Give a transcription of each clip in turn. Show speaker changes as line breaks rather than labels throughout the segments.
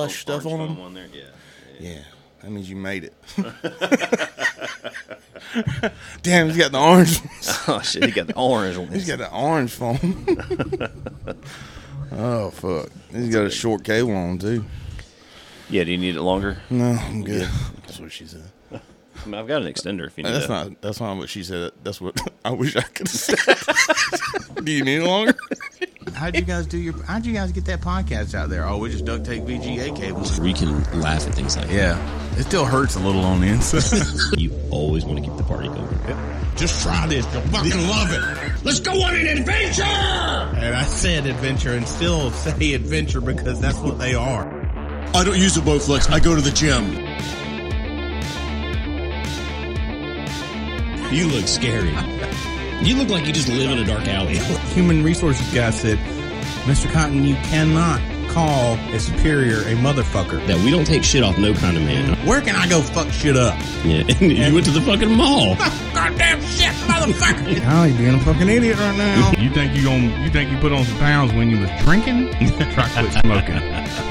plush stuff
Orange
on them.
foam on there. Yeah.
Yeah, that means you made it. Damn, he's got the orange.
Oh shit! He got the orange one.
He's got the orange phone. oh fuck! He's got a short cable on too.
Yeah. Do you need it longer?
No, I'm good. That's what she said.
I mean, I've got an extender. If you need
That's
that.
not. That's not what she said. That's what I wish I could have said. Do you need it longer?
How'd you guys do your? How'd you guys get that podcast out there? Oh, we just duct tape VGA cables.
We can laugh at things like
Yeah, it still hurts a little on the inside.
that. You always want to keep the party going.
Just try this. You'll fucking love it. Let's go on an adventure! And I said adventure and still say adventure because that's what they are. I don't use a Bowflex. I go to the gym.
You look scary. You look like you just live in a dark alley.
Human resources guy said, Mr. Cotton, you cannot call a superior a motherfucker.
That we don't take shit off no kind of man.
Where can I go fuck shit up?
Yeah. you went to the fucking mall.
Goddamn shit, motherfucker! oh, you're being a fucking idiot right now.
You think you going you think you put on some pounds when you was drinking? Try quit smoking.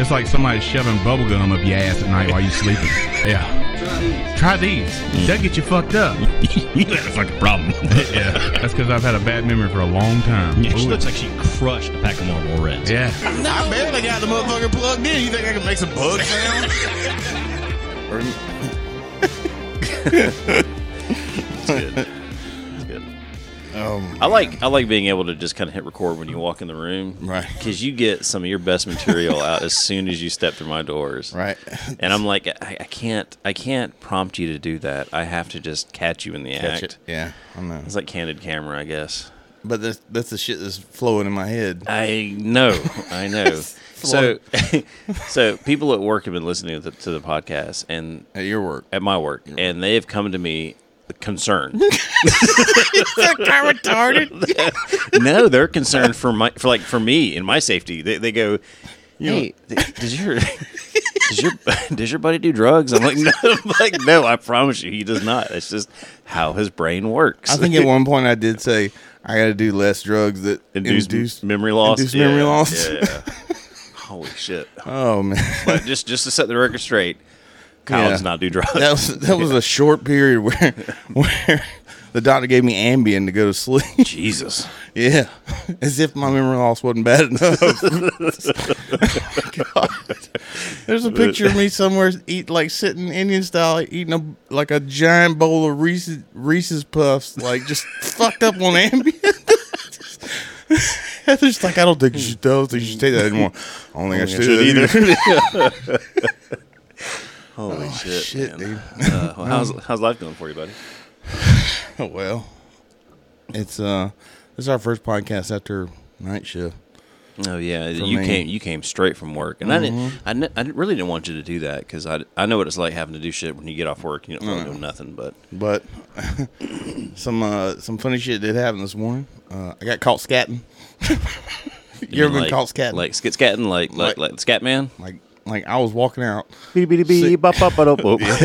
It's like somebody shoving bubble gum up your ass at night while you sleeping. Yeah. Try these.
Mm.
They'll get you fucked up.
you had a fucking problem.
Yeah. That's because I've had a bad memory for a long time.
Yeah, she
Ooh,
looks like she crushed a pack of Marlboro Reds.
yeah.
I barely got the motherfucker plugged in. You think I can make some bug sound?
It's good. I like I like being able to just kind of hit record when you walk in the room,
Right.
Because you get some of your best material out as soon as you step through my doors,
Right.
And I'm like, I, I can't I can't prompt you to do that. I have to just catch you in the act.
Yeah, I know.
It's like candid camera, I guess.
But that's that's the shit that's flowing in my head.
I know, I know. so, so people at work have been listening to the, to the podcast, and
At your work.
at my work, and they have come to me concerned. no, they're concerned for my for like for me and my safety. They, they go, hey, th- does your does your does your buddy do drugs? I'm like, no, I'm like no, I promise you, he does not. It's just how his brain works.
I think at one point I did say I got to do less drugs that
induce,
induce,
memory loss.
induce memory loss.
yeah. Holy shit!
Oh man,
But just just to set the record straight, Kyle
Yeah.
does not do drugs.
that was that was a short period where where the doctor gave me Ambien to go to sleep.
Jesus.
Yeah, as if my memory loss wasn't bad enough. God. There's a picture of me somewhere eat like sitting Indian style eating a, like a giant bowl of Reese's, Reese's puffs, like just fucked up on Ambien. Heather's like, I don't think you should, I don't think you should take that anymore. I don't think I should, either.
Holy Oh, shit!
Shit,
man.
dude.
Uh, well, how's how's life going for you, buddy?
Oh, well, it's uh, this is our first podcast after night shift.
Oh yeah, you
me.
came you came straight from work, and I didn't I, kn- I didn't- really didn't want you to do that because I, I know what it's like having to do shit when you get off work. and You don't want to do nothing, but
But some uh, some funny shit did happen this morning. Uh, I got caught scatting. you ever
mean,
been
like,
caught scatting?
Like skit scatting, like like
Like-
like the scat man.
like, like I was walking out.
Get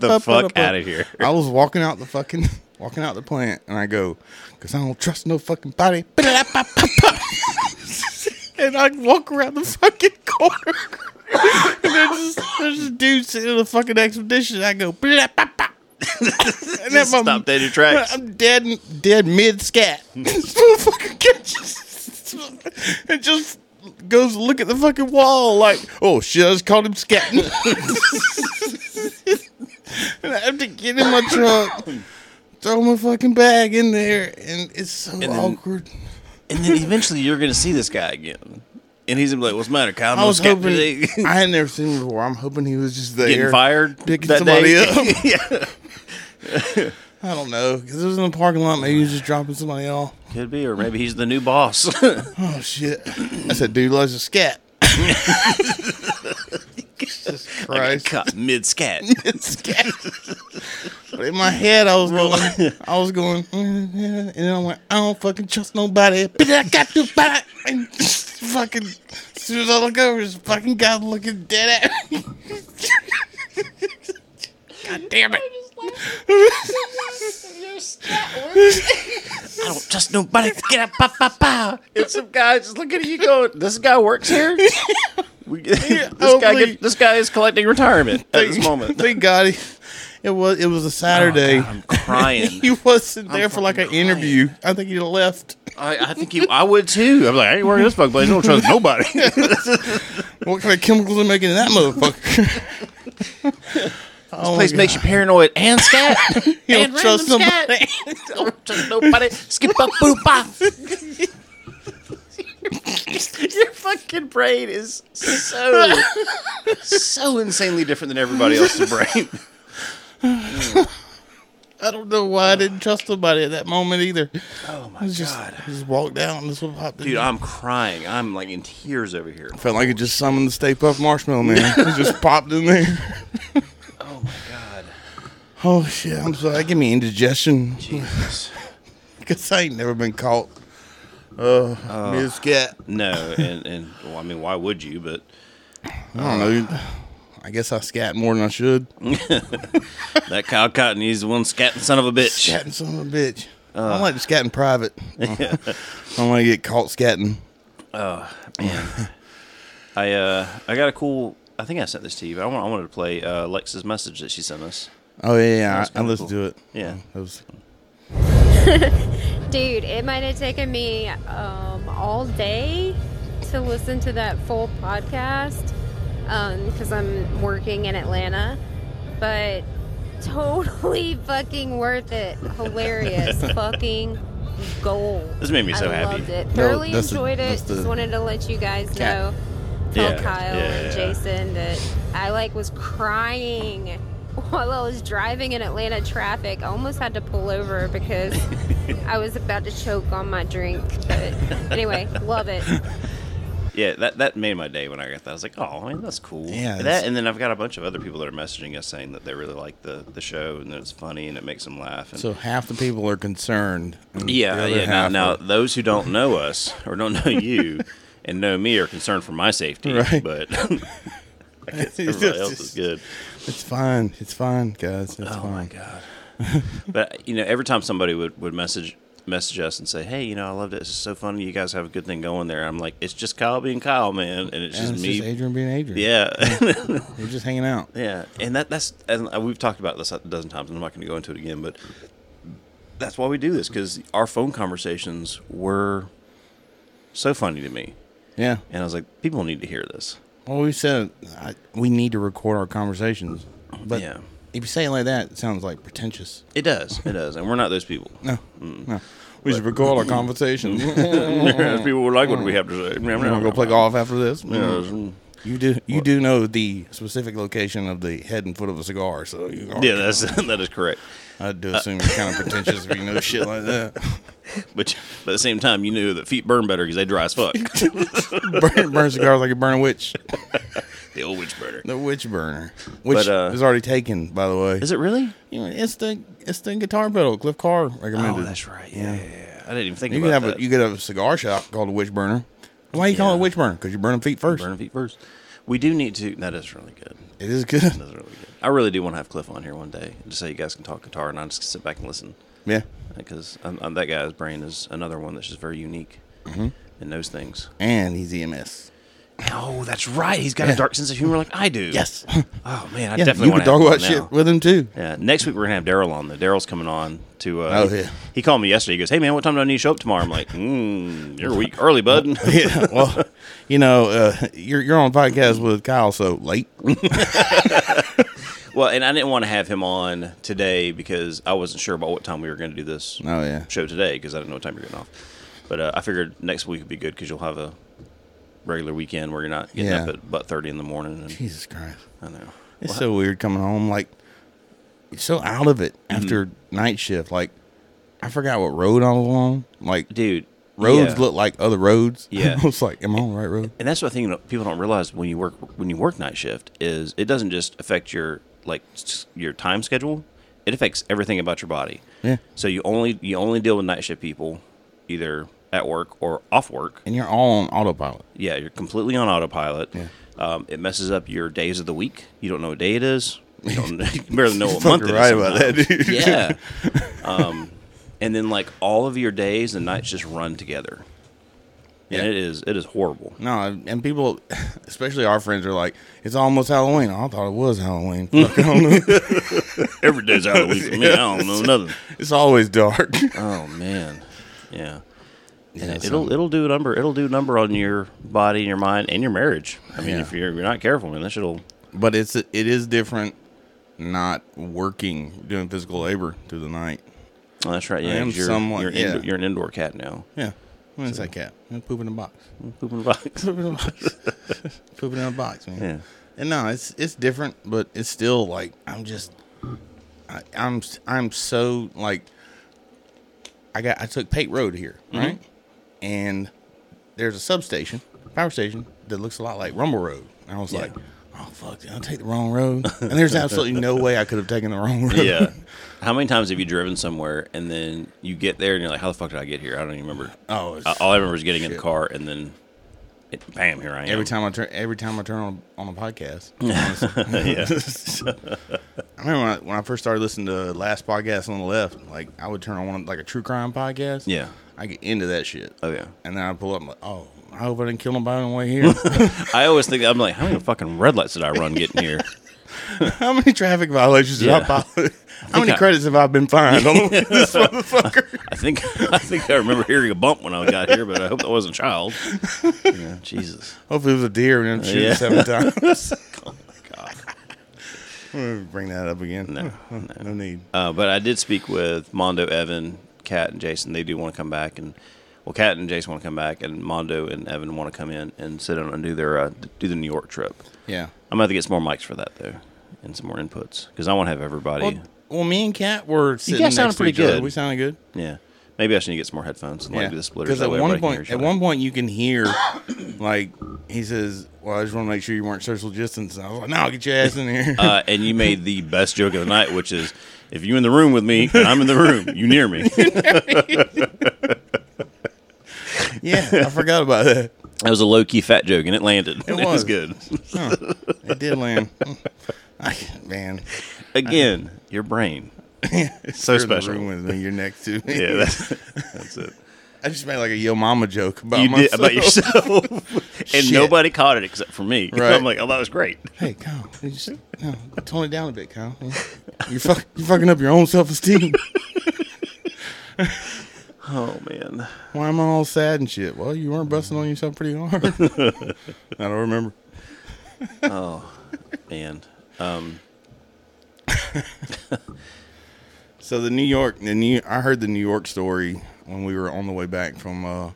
the fuck out of here.
I was walking out the fucking walking out the plant, and I go, "Cause I don't trust no fucking body." and I walk around the fucking corner, and there's this, there's this dude sitting in the fucking expedition. I go, and then
Just stop dead in your tracks.
I'm dead, dead mid scat. this motherfucker catches and just goes to look at the fucking wall like, oh shit, I just caught him scatting. and I have to get in my truck, throw my fucking bag in there, and it's so
then-
awkward.
And then eventually you're gonna see this guy again, and he's gonna be like, "What's the matter, Kyle?
I
No
was
scat
hoping
today?"
I had never seen him before. I'm hoping he was just there
getting fired,
picking
that
somebody up.
day. yeah,
I don't know because it was in the parking lot. Maybe he was just dropping somebody off.
could be, or maybe he's the new boss.
Oh shit! I said, dude, loves a scat. Jesus Christ.
Caught mid scat.
But in my head, I was going, I was going, "Mm, yeah," and then I went, I don't fucking trust nobody. But I got to fight. And fucking, as soon as I look over, this fucking guy looking dead at me. God damn it.
I don't trust nobody. Get up, pa, pa, pa. And some guy just looking at you going, this guy works here? We, this guy
hopefully-
get, this guy is collecting retirement at this moment. Oh,
Thank God he, it was it was a Saturday.
I'm crying.
he wasn't there for like an interview. I think he left.
I, I think you. I would too. I'm like, I ain't working this fucking place. I don't trust nobody.
What kind of chemicals are making in that motherfucker? oh,
place makes you paranoid and scat.
you
and
don't trust
random
somebody.
scat. don't trust nobody. Skip up, boop, bop. Your fucking brain is so so insanely different than everybody else's brain.
I don't know why I didn't trust somebody at that moment either. Oh my I just, god! I just walked down. and This what popped. in.
Dude, I'm crying. I'm like in tears over here.
felt like it just summoned the Stay Puft Marshmallow Man. it just popped in there.
Oh my god.
Oh shit! I'm sorry. That Give me indigestion.
Jesus.
Cause I ain't never been caught. Uh, me a scat.
No, and and well, I mean, why would you? But
I don't know. I guess I scat more than I should.
that Kyle Cotton, he's the one scatting son of a bitch.
Scatting son of a bitch.
Uh.
I like to scat in private. I don't want to get caught scatting.
I uh I got a cool. I think I sent this to you. But I, want, I wanted to play uh, Lex's message that she sent us.
Oh yeah, yeah.
That's
I, I
kinda
listened
cool.
to it.
Yeah.
That was
Dude, it might have taken me um, all day to listen to that full podcast because I'm working in Atlanta, but totally fucking worth it. Hilarious. fucking gold.
This made me so
I
happy.
loved it. Thoroughly
that's the-
enjoyed it.
that's the-
Just wanted to let you guys
Cat.
know. Tell
Yeah,
Kyle
yeah,
and
yeah.
Jason that I like was crying while I was driving in Atlanta traffic. I almost had to pull over because I was about to choke on my drink. But anyway, love it.
Yeah, that that made my day when I got that. I was like, oh man, that's cool.
Yeah, that's-
That and then I've got a bunch of other people that are messaging us saying that they really like the the show and that it's funny and it makes them laugh. And
so half the people are concerned. and the
yeah,
other
yeah. Now,
half
now
are-
those who don't know us or don't know you and know me are concerned for my safety.
Right.
But I guess everybody else is good.
it's fine. It's fine, guys. It's
Oh
fine.
my god! but you know, every time somebody would, would message message us and say, "Hey, you know, I loved it. It's so funny. You guys have a good thing going there." I'm like, "It's just Kyle being Kyle, man, and it's
And
just
it's
me."
just Adrian being Adrian.
yeah,
we're just hanging out.
yeah, and that that's and uh, we've talked about this a dozen times. and I'm not going to go into it again, but that's why we do this because our phone conversations were so funny to me,
Yeah.
and I was like, people need to hear this.
Well, we said I, we need to record our conversations, but
Yeah.
if you say it like that, it sounds like pretentious.
It does, it does, and we're not those people.
No,
Mm.
no. We should record our conversations.
Those people would like what we have to say.
We're gonna go play golf after this. Mm.
Yeah,
You do you do know the specific location of the head and foot of a cigar, so you are-
yeah, that's that is correct.
I do assume you're kind of pretentious if you know shit like that.
But but at the same time, you knew that feet burn better because they dry as fuck.
Burn, burn cigars like you burn a witch.
the old witch burner.
The witch burner, which
But, uh,
is already taken, by the way.
Is it really?
You know, it's the it's the guitar pedal. Cliff Carr
Oh,
recommended.
that's right. Yeah, yeah, yeah. I didn't even think
You could
about
have
that.
a you could have a cigar shop called a witch burner. Why you call it a
Yeah.
witch burner? Because you burn them feet first.
burn feet first. We do need to. That is really good.
It is good.
That's really good. I really do want to have Cliff on here one day, just so you guys can talk guitar and I just sit back and listen,
Yeah,
because I'm, I'm- that guy's brain is another one that's just very unique and knows things.
and he's E EMS.
Oh, that's right. He's got a dark sense of humor like I do.
Yes.
Oh man, I
Yeah,
definitely
you
want
could
to
talk
have him
about
on now.
shit with him too.
Yeah, next week we're gonna have Daryl on. though. Daryl's coming on to. Uh,
Oh,
he,
yeah.
he called me yesterday. He goes, "Hey man, what time do I need to show up tomorrow?" I'm like, mm, "You're a week early, bud."
yeah, well, you know, uh, you're you're on podcast with Kyle, so late. Oh,
well, and I didn't want to have him on today because I wasn't sure about what time we were gonna do this
Oh yeah,
show today because I didn't know what time you're getting off. But uh, I figured next week would be good because you'll have a regular weekend where you're not getting
Yeah.
up at about thirty in the morning. And,
Jesus Christ,
I know.
it's so weird coming home like you're so out of it after night shift. Like I forgot what road I was on. Like
dude,
roads
yeah.
look like other roads.
Yeah.
I was like, am I on the right road?
and that's what I think you know, people don't realize when you work when you work night shift is it doesn't just affect your like s- your time schedule, it affects everything about your body.
Yeah.
So you only you only deal with night shift people either at work or off work.
And you're all on autopilot.
Yeah, you're completely on autopilot. Um, it messes up your days of the week. You don't know what day it is. You don't you barely know what month
Fucking
it is.
right about that,
sometimes.
dude.
Yeah. um, and then like all of your days and nights just run together. and it is it is horrible.
No, and people, especially our friends, are like, "It's almost Halloween." I thought it was Halloween. Fuck, I don't know.
Every day's Halloween for me. I don't know nothing.
it's always dark.
Oh man, yeah. And
Yeah,
it, will it'll do a number it'll do a number on your body and your mind and your marriage. I mean,
Yeah.
if you're, you're not careful, man, that shit'll
But it's it is different, not working doing physical labor through the night.
Oh, that's right. Yeah,
am
'cause you're,
somewhat-
you're,
yeah.
indo- you're an indoor cat now.
Yeah, when's that cat? Man, poop in a box.
Poop in a box.
Poop in a box. Poop in a box, man.
Yeah.
And no, it's it's different, but it's still like I'm just, I, I'm I'm so like, I got I took Pate Road here,
Mm-hmm.
right? And there's a substation, power station that looks a lot like Rumble Road. And I was like, oh fuck, did I take the wrong road? And there's absolutely no way I could have taken the wrong road.
yeah. How many times have you driven somewhere and then you get there and you're like, "How the fuck did I get here? I don't even remember."
Oh, it's-
Uh, all I remember is getting in the car and then, it, bam, here I am.
Every time I turn, every time I turn on on a podcast,
yeah.
I remember when I, when I first started listening to last podcast on the left. Like I would turn on one like a true crime podcast.
Yeah.
I get into that shit.
Oh yeah.
And then I pull up, I'm like, oh, I hope I didn't kill nobody on the way here.
I always think I'm like, how many fucking red lights did I run getting here?
How many traffic violations
Yeah.
did I file? How many
I-
credits have I been fined on this motherfucker?
I think I think I remember hearing a bump when I got here, but I hope that wasn't a child. Yeah, Jesus.
Hopefully it was a deer and then shoot
Yeah. Oh,
it seven times. I'm gonna Bring that up again. No, no, need.
Uh, but I did speak with Mondo, Evan, Kat, and Jason. They do want to come back, and well, Kat and Jason want to come back, and Mondo and Evan want to come in and sit down and do their uh, do the New York trip.
Yeah.
I'm gonna have to get some more mics for that though, and some more inputs because I want to have everybody.
Well, well, me and Kat were sitting
guys sounded
next to each
pretty
other.
good.
We sounded good.
yeah, maybe I should need to get some more headphones and like do the splitters.
Because
that
at
way
one point,
everybody can hear
at
each other.
one point, you can hear, like he says, "Well, I just want to make sure you weren't social distancing." I was like, "No, get your ass in here."
uh, and you made the best joke of the night, which is if you in the room with me and I'm in the room, you near me. that
yeah, I forgot about that.
was a low key fat joke, and it landed. It was,
was.
good.
It did land. I, man,
Again, your brain. so
you're in the
special.
room with me. You're next to me.
Yeah, that's, that's it.
I just made like a yo mama joke about
you
myself.
did about yourself, and
Shit.
nobody caught it except for me.
Right.
I'm like, oh, that was great.
Hey, Kyle, you just, no, tone it down a bit, Kyle. You're, fuck, you're fucking up your own self esteem.
Oh man,
Why am I all sad and shit? Well, you weren't busting on yourself pretty hard. I don't remember.
man. Um,
So the New York, the New, I heard the New York story when we were on the way back from uh,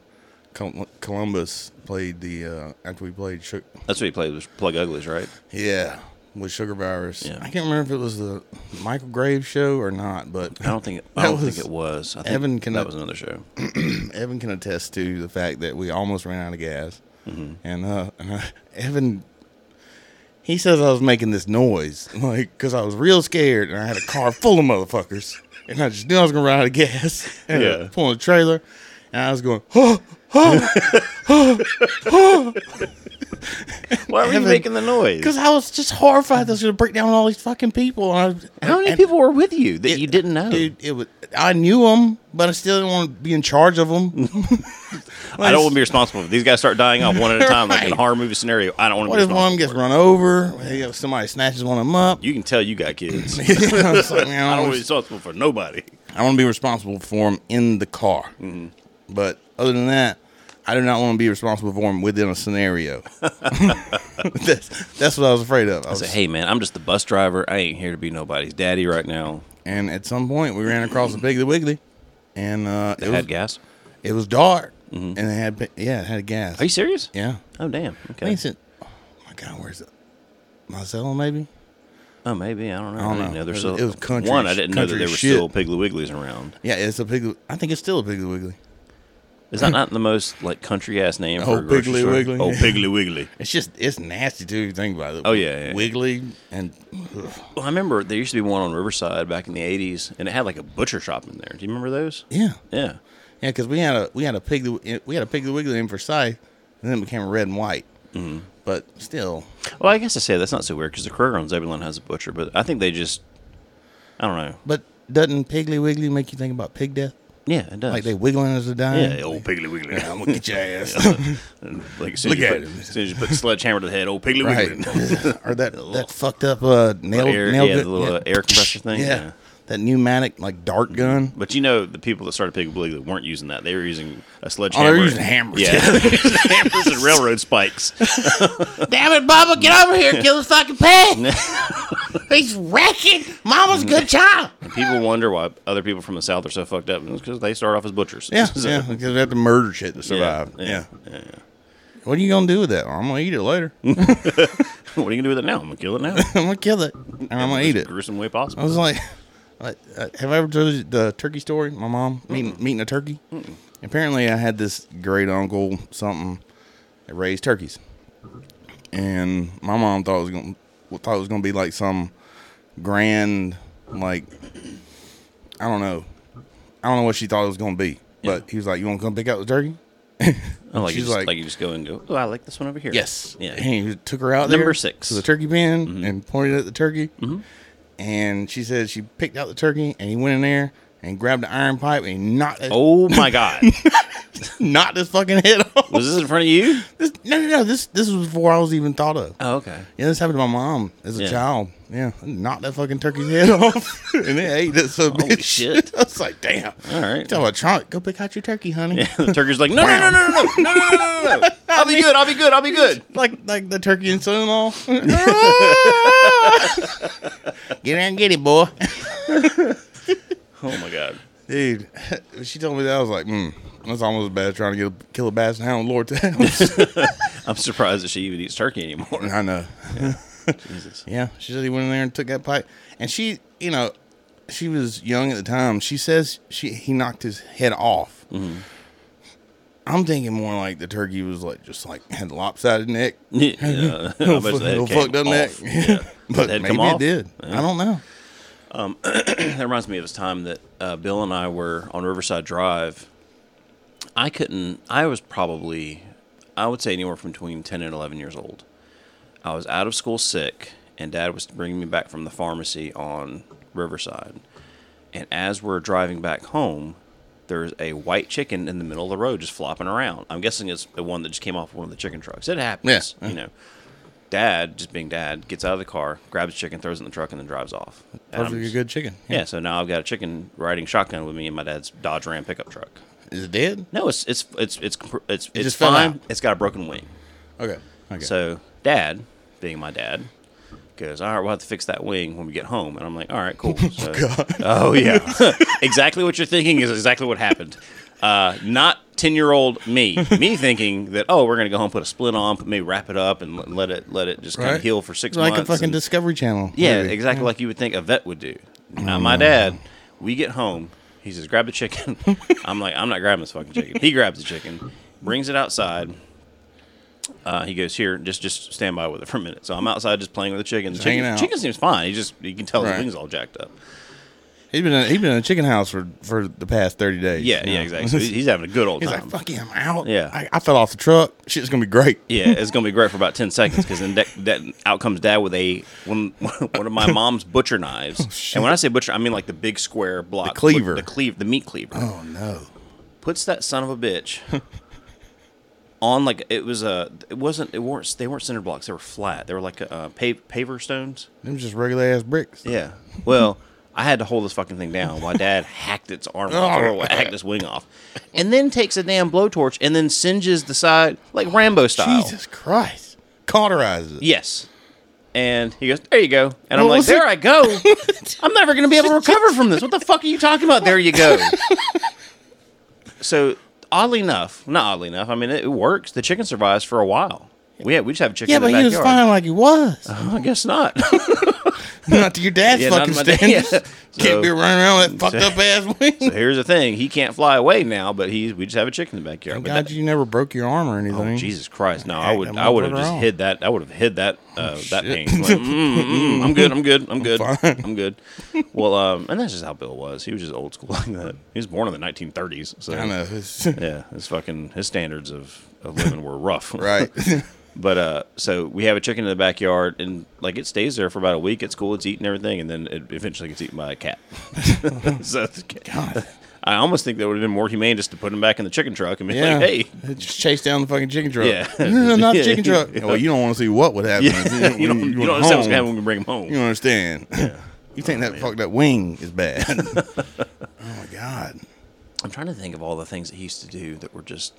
Col- Columbus. Played the uh, after we played, Sug-
that's what he played was Plug Uglies, right?
yeah, with Sugar Virus.
Yeah.
I can't remember if it was the Michael Graves show or not, but
I don't think it, I
That
don't
was-
think it was. I think
Evan can-
that was another show.
Evan can attest to the fact that we almost ran out of gas,
Mm-hmm.
and uh, and I, Evan. He says I was making this noise, like, because I was real scared and I had a car full of motherfuckers. And I just knew I was going to run out of gas. And I
Yeah.
was pulling a trailer. And I was going, oh,
Why were you
Evan-
making the noise?
Because I was just horrified that I was going to break down all these fucking people. And I,
How many
and-
people were with you that you didn't know?
Dude, it was. I knew them, but I still didn't want to be in charge of them.
I don't want to be responsible. If these guys start dying off one at a time, like in a
Right.
horror movie scenario, I don't want to
What
be
if one of them
responsible.
gets run over? Hey, if Somebody snatches one of them up.
You can tell you got kids.
I was like, man,
I
I
don't
don't
want to be
wanna-
responsible for nobody.
I want to be responsible for them in the car.
Mm-hmm.
But other than that, I do not want to be responsible for them within a scenario. that's, that's what I was afraid of. I
I
was,
say, hey man, I'm just the bus driver. I ain't here to be nobody's daddy right now.
and at some point, we ran across a Piggly Wiggly, and uh, it,
I had
was,
gas.
it was dark, and it had pi- yeah, it had gas.
Are you serious?
yeah.
Oh damn.
I
Okay.
think it's in, oh my God, where's it? Monticello, maybe?
Oh maybe I don't know. I,
I don't
didn't
know.
know. There's
It was-
still
it was country
one. I
sh-
didn't know that
country
there were
shit.
still Piggly Wigglies around.
Yeah, it's a Piggly. I think it's still a Piggly Wiggly.
Is that not the most like country ass name for
Oh,
a grocery
Piggly
store?
Wiggly.
Oh Piggly Wiggly.
It's just it's nasty too. if you Think about it.
Oh, yeah, yeah.
wiggly and ugh.
Well, I remember there used to be one on Riverside back in the '80s, and it had like a butcher shop in there. Do you remember those?
yeah,
Yeah.
yeah. Because we had a we had a Piggly we had a Piggly Wiggly in Versailles, and then it became red and white. Mm. But still,
Well, I guess I say that's not so weird because the Kroger on Zebulon has a butcher, but I think they just, I don't know.
but doesn't Piggly Wiggly make you think about pig death?
Yeah, it does.
Like they wiggling as a dime.
yeah, oh, old Piggly Wiggly.
I'm gonna get your ass.
like as soon
Look
as you
at
put,
him.
as soon as you put the sledgehammer to the head, old Piggly
right.
Wiggly.
or that that fucked up uh nail
Air-
nail
yeah,
gun-
the little, uh, air compressor thing,
Yeah.
yeah.
That pneumatic like dart gun.
But you know, the people that started Piggly Wiggly weren't using that. They were using a
Oh,
sledgehammer.
they're using hammers.
Yeah, hammers and railroad spikes.
Damn it, Bubba, get over here, kill the fucking pig. He's wrecking Mama's good child.
People wonder why other people from the South are so fucked up. And it's because they start off as butchers.
Yeah,
So- uh,
yeah, because they have to murder shit to survive. Yeah, What are you gonna do with that? I'm gonna eat it later. I'm
What are you going to do with it now? I'm going to kill it now.
gonna kill it, and I'm gonna eat it.
Gruesome way
I
possible.
was like, like, uh, have I ever told you the turkey story? My mom meeting meeting a turkey. Apparently, I had this great uncle something that raised turkeys, and my mom thought it was going thought it was gonna be like some grand like I don't know, I don't know what she thought it was gonna be. But he was like, "You want to come pick out the turkey?"
Oh, like, you
she's
just,
like-
like, you just go and go, oh, I like this one over here.
Yes.
Yeah.
And he took her out
Number
there
six.
to
Mm-hmm.
the turkey pen and pointed at the turkey. And she said she picked out the turkey and he went in there and grabbed the iron pipe and he knocked that-
Oh, my God.
knocked his fucking head off.
was this in front of you?
This, no, no, no. This this was before I was even thought of.
Oh, okay.
Yeah, this happened to my mom as a
Yeah.
child. Yeah, I knocked that fucking turkey's head off and they ate it. So
Holy shit.
I was like, damn.
All right.
Tell my trunk, go pick out your turkey, honey.
Yeah, the turkey's like, no, no, no, no, no, no, no, no, no, no, no. I'll be good. I'll be good. I'll be good.
like like the turkey and son-in-law. get in, get it, boy.
Oh my god.
Dude, she told me that I was like, mm, that's almost as bad as trying to get a, kill a bass and hound lord to house.
I'm surprised that she even eats turkey anymore.
I know.
Jesus.
Yeah, she said he went in there and took that pipe, and she, you know, she was young at the time. She says she he knocked his head off.
Mm-hmm.
I'm thinking more like the turkey was like just like had a lopsided neck,
Yeah, uh, yeah.
no
How much the head came
fucked up neck.
off. Yeah.
but
The head
maybe
come
it
off?
did. I don't know.
that reminds me of this time that uh, Bill and I were on Riverside Drive. I couldn't. I was probably, I would say, anywhere from between ten and eleven years old. I was out of school sick, and Dad was bringing me back from the pharmacy on Riverside. And as we're driving back home, there's a white chicken in the middle of the road just flopping around. I'm guessing it's the one that just came off one of the chicken trucks. It happens,
Yeah.
you know. Dad, just being dad, gets out of the car, grabs the chicken, throws it in the truck, and then drives off. And I'm
Perfectly
just-
good chicken.
yeah, so now I've got a chicken riding shotgun with me in my dad's Dodge Ram pickup truck.
Is it dead?
No, it's it's it's it's compr- it's, it's
just fell out.
fine. It's got a broken wing.
Okay. Okay.
So dad, being my dad, goes, "All right, we'll have to fix that wing when we get home." And I'm like, "All right, cool." So, oh yeah, exactly what you're thinking is exactly what happened. Uh, not ten year old me, me thinking that oh we're gonna go home, put a split on, put, maybe wrap it up, and let- let it let it just kind of
Right.
heal for six
like a
months.
fucking
and-
Discovery Channel.
Yeah,
movie.
exactly like you would think a vet would do. Now, my dad, we get home. He says, grab the chicken. I'm like, I'm not grabbing this fucking chicken. He grabs the chicken, brings it outside. Uh, he goes, here, just just stand by with it for a minute. So I'm outside just playing with the chicken. The
hanging
chicken,
out.
chicken seems fine. He just, you can tell
Right.
his wings all jacked up.
He's been in, he's been in a chicken house for for the past thirty days.
Yeah, yeah,
you know?
exactly. So he's having a good old
He's
time.
like, "Fuck yeah, I'm out."
Yeah.
I, I fell off the truck. Shit's gonna be great.
Yeah, it's gonna be great for about ten seconds because then that, that out comes dad with a one one of my mom's butcher knives, and when I say butcher, I mean like the big square block
Oh, The cleaver.
the cleave, the meat cleaver.
Oh no!
puts that son of a bitch on like it was a it wasn't it weren't they weren't cinder blocks they were flat they were like uh, pa- paver stones
Them just regular ass bricks.
yeah well I had to hold this fucking thing down while Dad hacked its arm off or hacked its wing off, and then takes a damn blowtorch and then singes the side like Rambo style.
Jesus Christ! Cauterizes. it.
Yes. And he goes, There you go. And I'm
What
like,
was
There
it?
I go. I'm never going to be able to recover from this. What the fuck are you talking about? There you go. so, oddly enough, not oddly enough, I mean, it, it works. The chicken survives for a while. We, had, we just have chicken
Yeah,
in the
but he was fine
backyard.
like he was.
I guess not.
not to your dad's
Yeah, not
fucking
my dad.
standards.
Yeah.
Can't
So-
be running around with that fucked
So-
up ass wing.
so here's the thing he can't fly away now, but he's, we just have a chicken in the backyard.
Thank
But
God
that-
you never broke your arm or anything.
Oh, Jesus Christ! No, I
Heck,
would,
that
I would have
motherfucker
just
wrong.
hid that. I would have hid that, uh, that
Oh, shit.
pain. Like, mm, mm, I'm good. I'm good. I'm good. I'm,
fine.
good. Well, um, and that's just how Bill was. He was just old school like that. He was born in the 1930s. So
I know.
yeah, his fucking his standards of, of living were rough.
right.
But uh, so we have a chicken in the backyard, and like it stays there for about a week. It's cool. It's eating everything, and then it eventually gets eaten by a cat. so God. I almost think that would have been more humane just to put him back in the chicken truck and be
Yeah.
like, hey,
Just chase down the fucking chicken truck.
Yeah.
No, no, no, not the
Yeah.
chicken truck. Oh, Well, you don't want to see what would happen.
yeah, you don't,
When
you
went
don't understand what's going to happen
home,
when we bring him home.
You don't understand. You
Oh,
think that fucked up wing is bad. oh, my God.
I'm trying to think of all the things that he used to do that were just,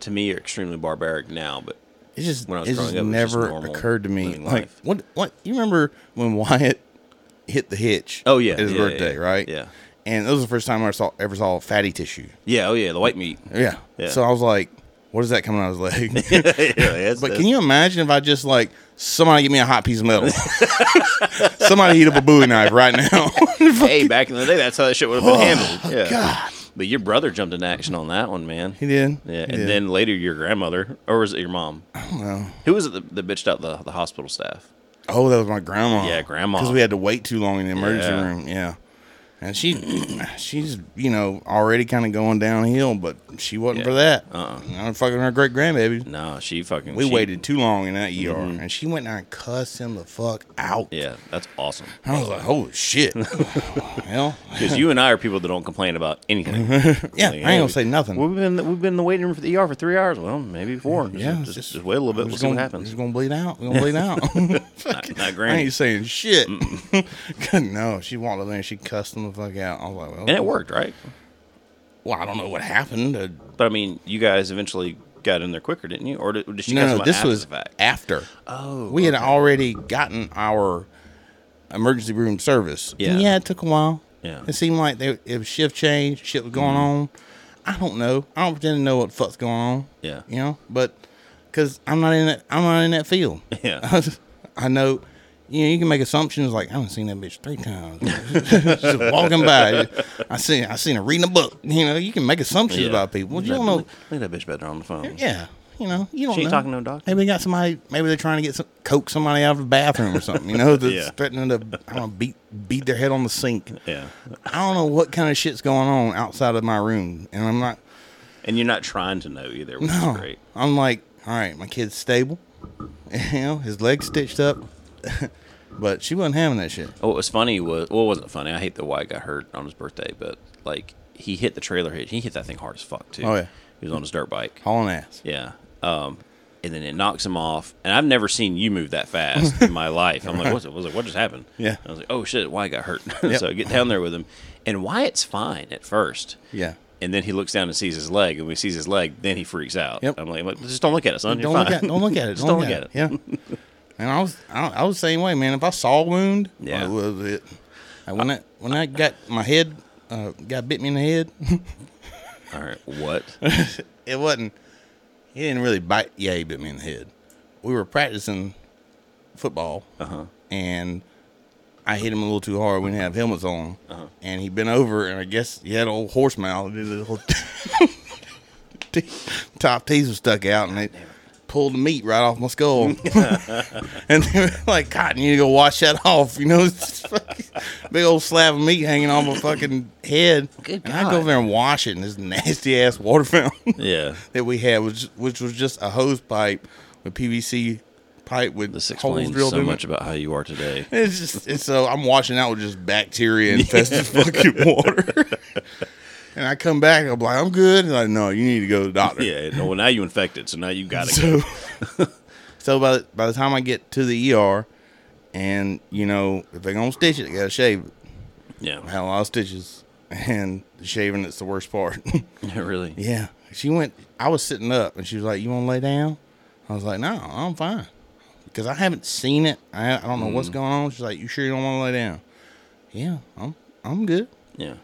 to me, are extremely barbaric now, but
It just,
When I was
it
growing
just
up, it was just
never
normal
occurred to me.
living
Like,
life.
what, what, you remember when Wyatt hit the hitch?
Oh, yeah,
At his
yeah,
birthday,
yeah,
right?
yeah.
And that was the first time I saw, ever saw fatty tissue.
yeah, oh yeah, the white meat.
Yeah.
Yeah.
So I was like, what is that coming out of his leg?
yeah,
But
that's- that's-
can you imagine if I just like somebody give me a hot piece of metal? somebody heat up a Bowie knife right now.
hey, back in the day, that's how that shit would have been handled. Yeah.
God.
But your brother jumped into action on that one, man.
He did.
Yeah,
He
and
did.
then later your grandmother, or was it your mom? I don't know. Who was it that, that bitched out the, the hospital staff?
oh, that was my grandma.
Yeah, grandma.
Because we had to wait too long in the emergency
Yeah.
room. Yeah. And she, she's you know already kind of going downhill, but she wasn't
Yeah.
for that.
Uh-uh.
I'm fucking her great grandbaby.
No, she fucking.
We
she- Mm-hmm.
waited too long in that ER, and she went there and cussed him the fuck out.
Yeah, that's awesome.
I was like, holy shit. Hell,
Because you and I are people that don't complain about anything. Like,
yeah, I ain't gonna say nothing.
We've been we've been in the waiting room for the ER for three hours. Well, maybe four. Just,
Mm. Yeah, it's
just, just wait a little bit.
I'm
We'll
just
see what
gonna-
happens.
Just gonna bleed out. We're gonna bleed out.
Not, not
I
granny.
ain't saying shit. Good, no, she walked up there and she cussed him the fuck out. I was like, well,
And it worked, right?
Well, I don't know what happened. Uh,
But I mean, you guys eventually got in there quicker, didn't you? Or did, did she?
no,
No,
no, this was
fact?
after.
Oh,
we had already gotten our emergency room service.
Yeah.
And yeah, it took a while.
Yeah. Mm-hmm.
it seemed like they, it was shift change. Shit was going on. I don't know. I don't pretend to know what the fuck's going on.
Yeah.
you know, but because I'm not in that, I'm not in that field.
Yeah.
I know. You know, you can make assumptions like I haven't seen that bitch three times. Just walking by, I seen I seen her reading a book. You know, you can make assumptions
Yeah.
about people. You
Look
don't
at-
know.
Look at that bitch better on the phone.
Yeah, you know, you don't.
She ain't
know.
talking to no doctor.
Maybe they got somebody. Maybe they're trying to get some coke somebody out of the bathroom or something. You know, that's
Yeah.
threatening to I don't know, beat beat their head on the sink.
Yeah.
I don't know what kind of shit's going on outside of my room, and I'm not.
And you're not trying to know either, which
No,
is great.
I'm like, all right, my kid's stable. You know, his leg's stitched up, but she wasn't having that shit.
Oh, what was funny was well, it wasn't funny. I hate that Wyatt got hurt on his birthday, but like he hit the trailer hitch. He hit that thing hard as fuck too.
Oh, yeah.
he was on his dirt bike.
Hauling ass.
Yeah. Um, and then it knocks him off. And I've never seen you move that fast in my life. I'm like, what's, I was like, what just happened?
Yeah.
I was like, oh shit, Wyatt got hurt.
Yep.
so I get down there with him, and Wyatt's fine at first.
Yeah.
And then he looks down and sees his leg, and when he sees his leg, then he freaks out.
Yep.
I'm like, "Look, just don't look at it, son. You're
Don't look
fine."
at. Don't look at it.
Just
Don't, look at it. Yeah. And I was I, I was the same way, man. If I saw a wound,
Yeah.
that was it. And when that when that got my head uh, got bit me in the head,
All right, what?
it wasn't. He didn't really bite. Yeah, he bit me in the head. We were practicing football,
Uh-huh.
and I hit him a little too hard. We didn't have helmets on,
Uh-huh.
and he bent over, and I guess he had an old horse mouth. and his little te- top teeth was stuck out, and it pulled the meat right off my skull. and they were like, "God, you need to go wash that off." You know, it's just fucking big old slab of meat hanging on my fucking head.
Good
and I
God.
go over there and wash it in this nasty ass water fountain
Yeah.
that we had, which which was just a hose pipe with PVC pipe with
This
holes
explains
drilled
so
in
much
it.
about how you are today.
It's just it's so I'm washing out with just bacteria infested fucking water. and I come back, I'm like, I'm good. And like, no, you need to go to the doctor.
Yeah. No, well, now you infected, so now you got to
So, so by the, by the time I get to the ER, and you know if they're gonna stitch it, they gotta shave. it. I
Yeah.
had a lot of stitches, and the shaving it's the worst part.
really.
Yeah. She went, I was sitting up and she was like, You want to lay down? I was like, No, I'm fine. Because I haven't seen it. I, I don't know
Mm.
what's going on. She's like, You sure you don't want to lay down? Yeah, I'm I'm good.
Yeah.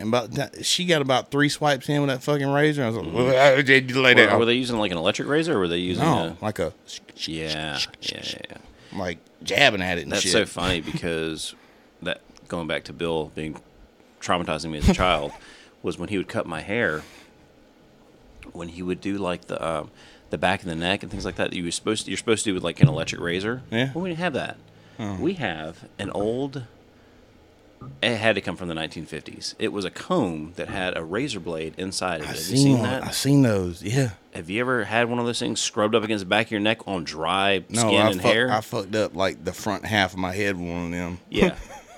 And about that, she got about three swipes in with that fucking razor. I was like, well, how did you lay
Mm. Were,
down?
were they using like an electric razor, or were they using?
no,
a,
like a,
yeah, yeah, yeah, yeah.
like jabbing at it and
That's
shit.
so funny because that going back to Bill being traumatizing me as a child was when he would cut my hair. When he would do like the um, the back of the neck and things like that, that you were supposed to, you're supposed to do with like an electric razor.
Yeah. Oh.
Well, we didn't have that. We have an old. It had to come from the 1950s. It was a comb that had a razor blade inside of
I
it. Have
seen,
you seen
one.
that?
I seen those. Yeah.
Have you ever had one of those things scrubbed up against the back of your neck on dry
No,
skin
I,
and
fuck-
hair?
I fucked up like the front half of my head with one of them.
yeah.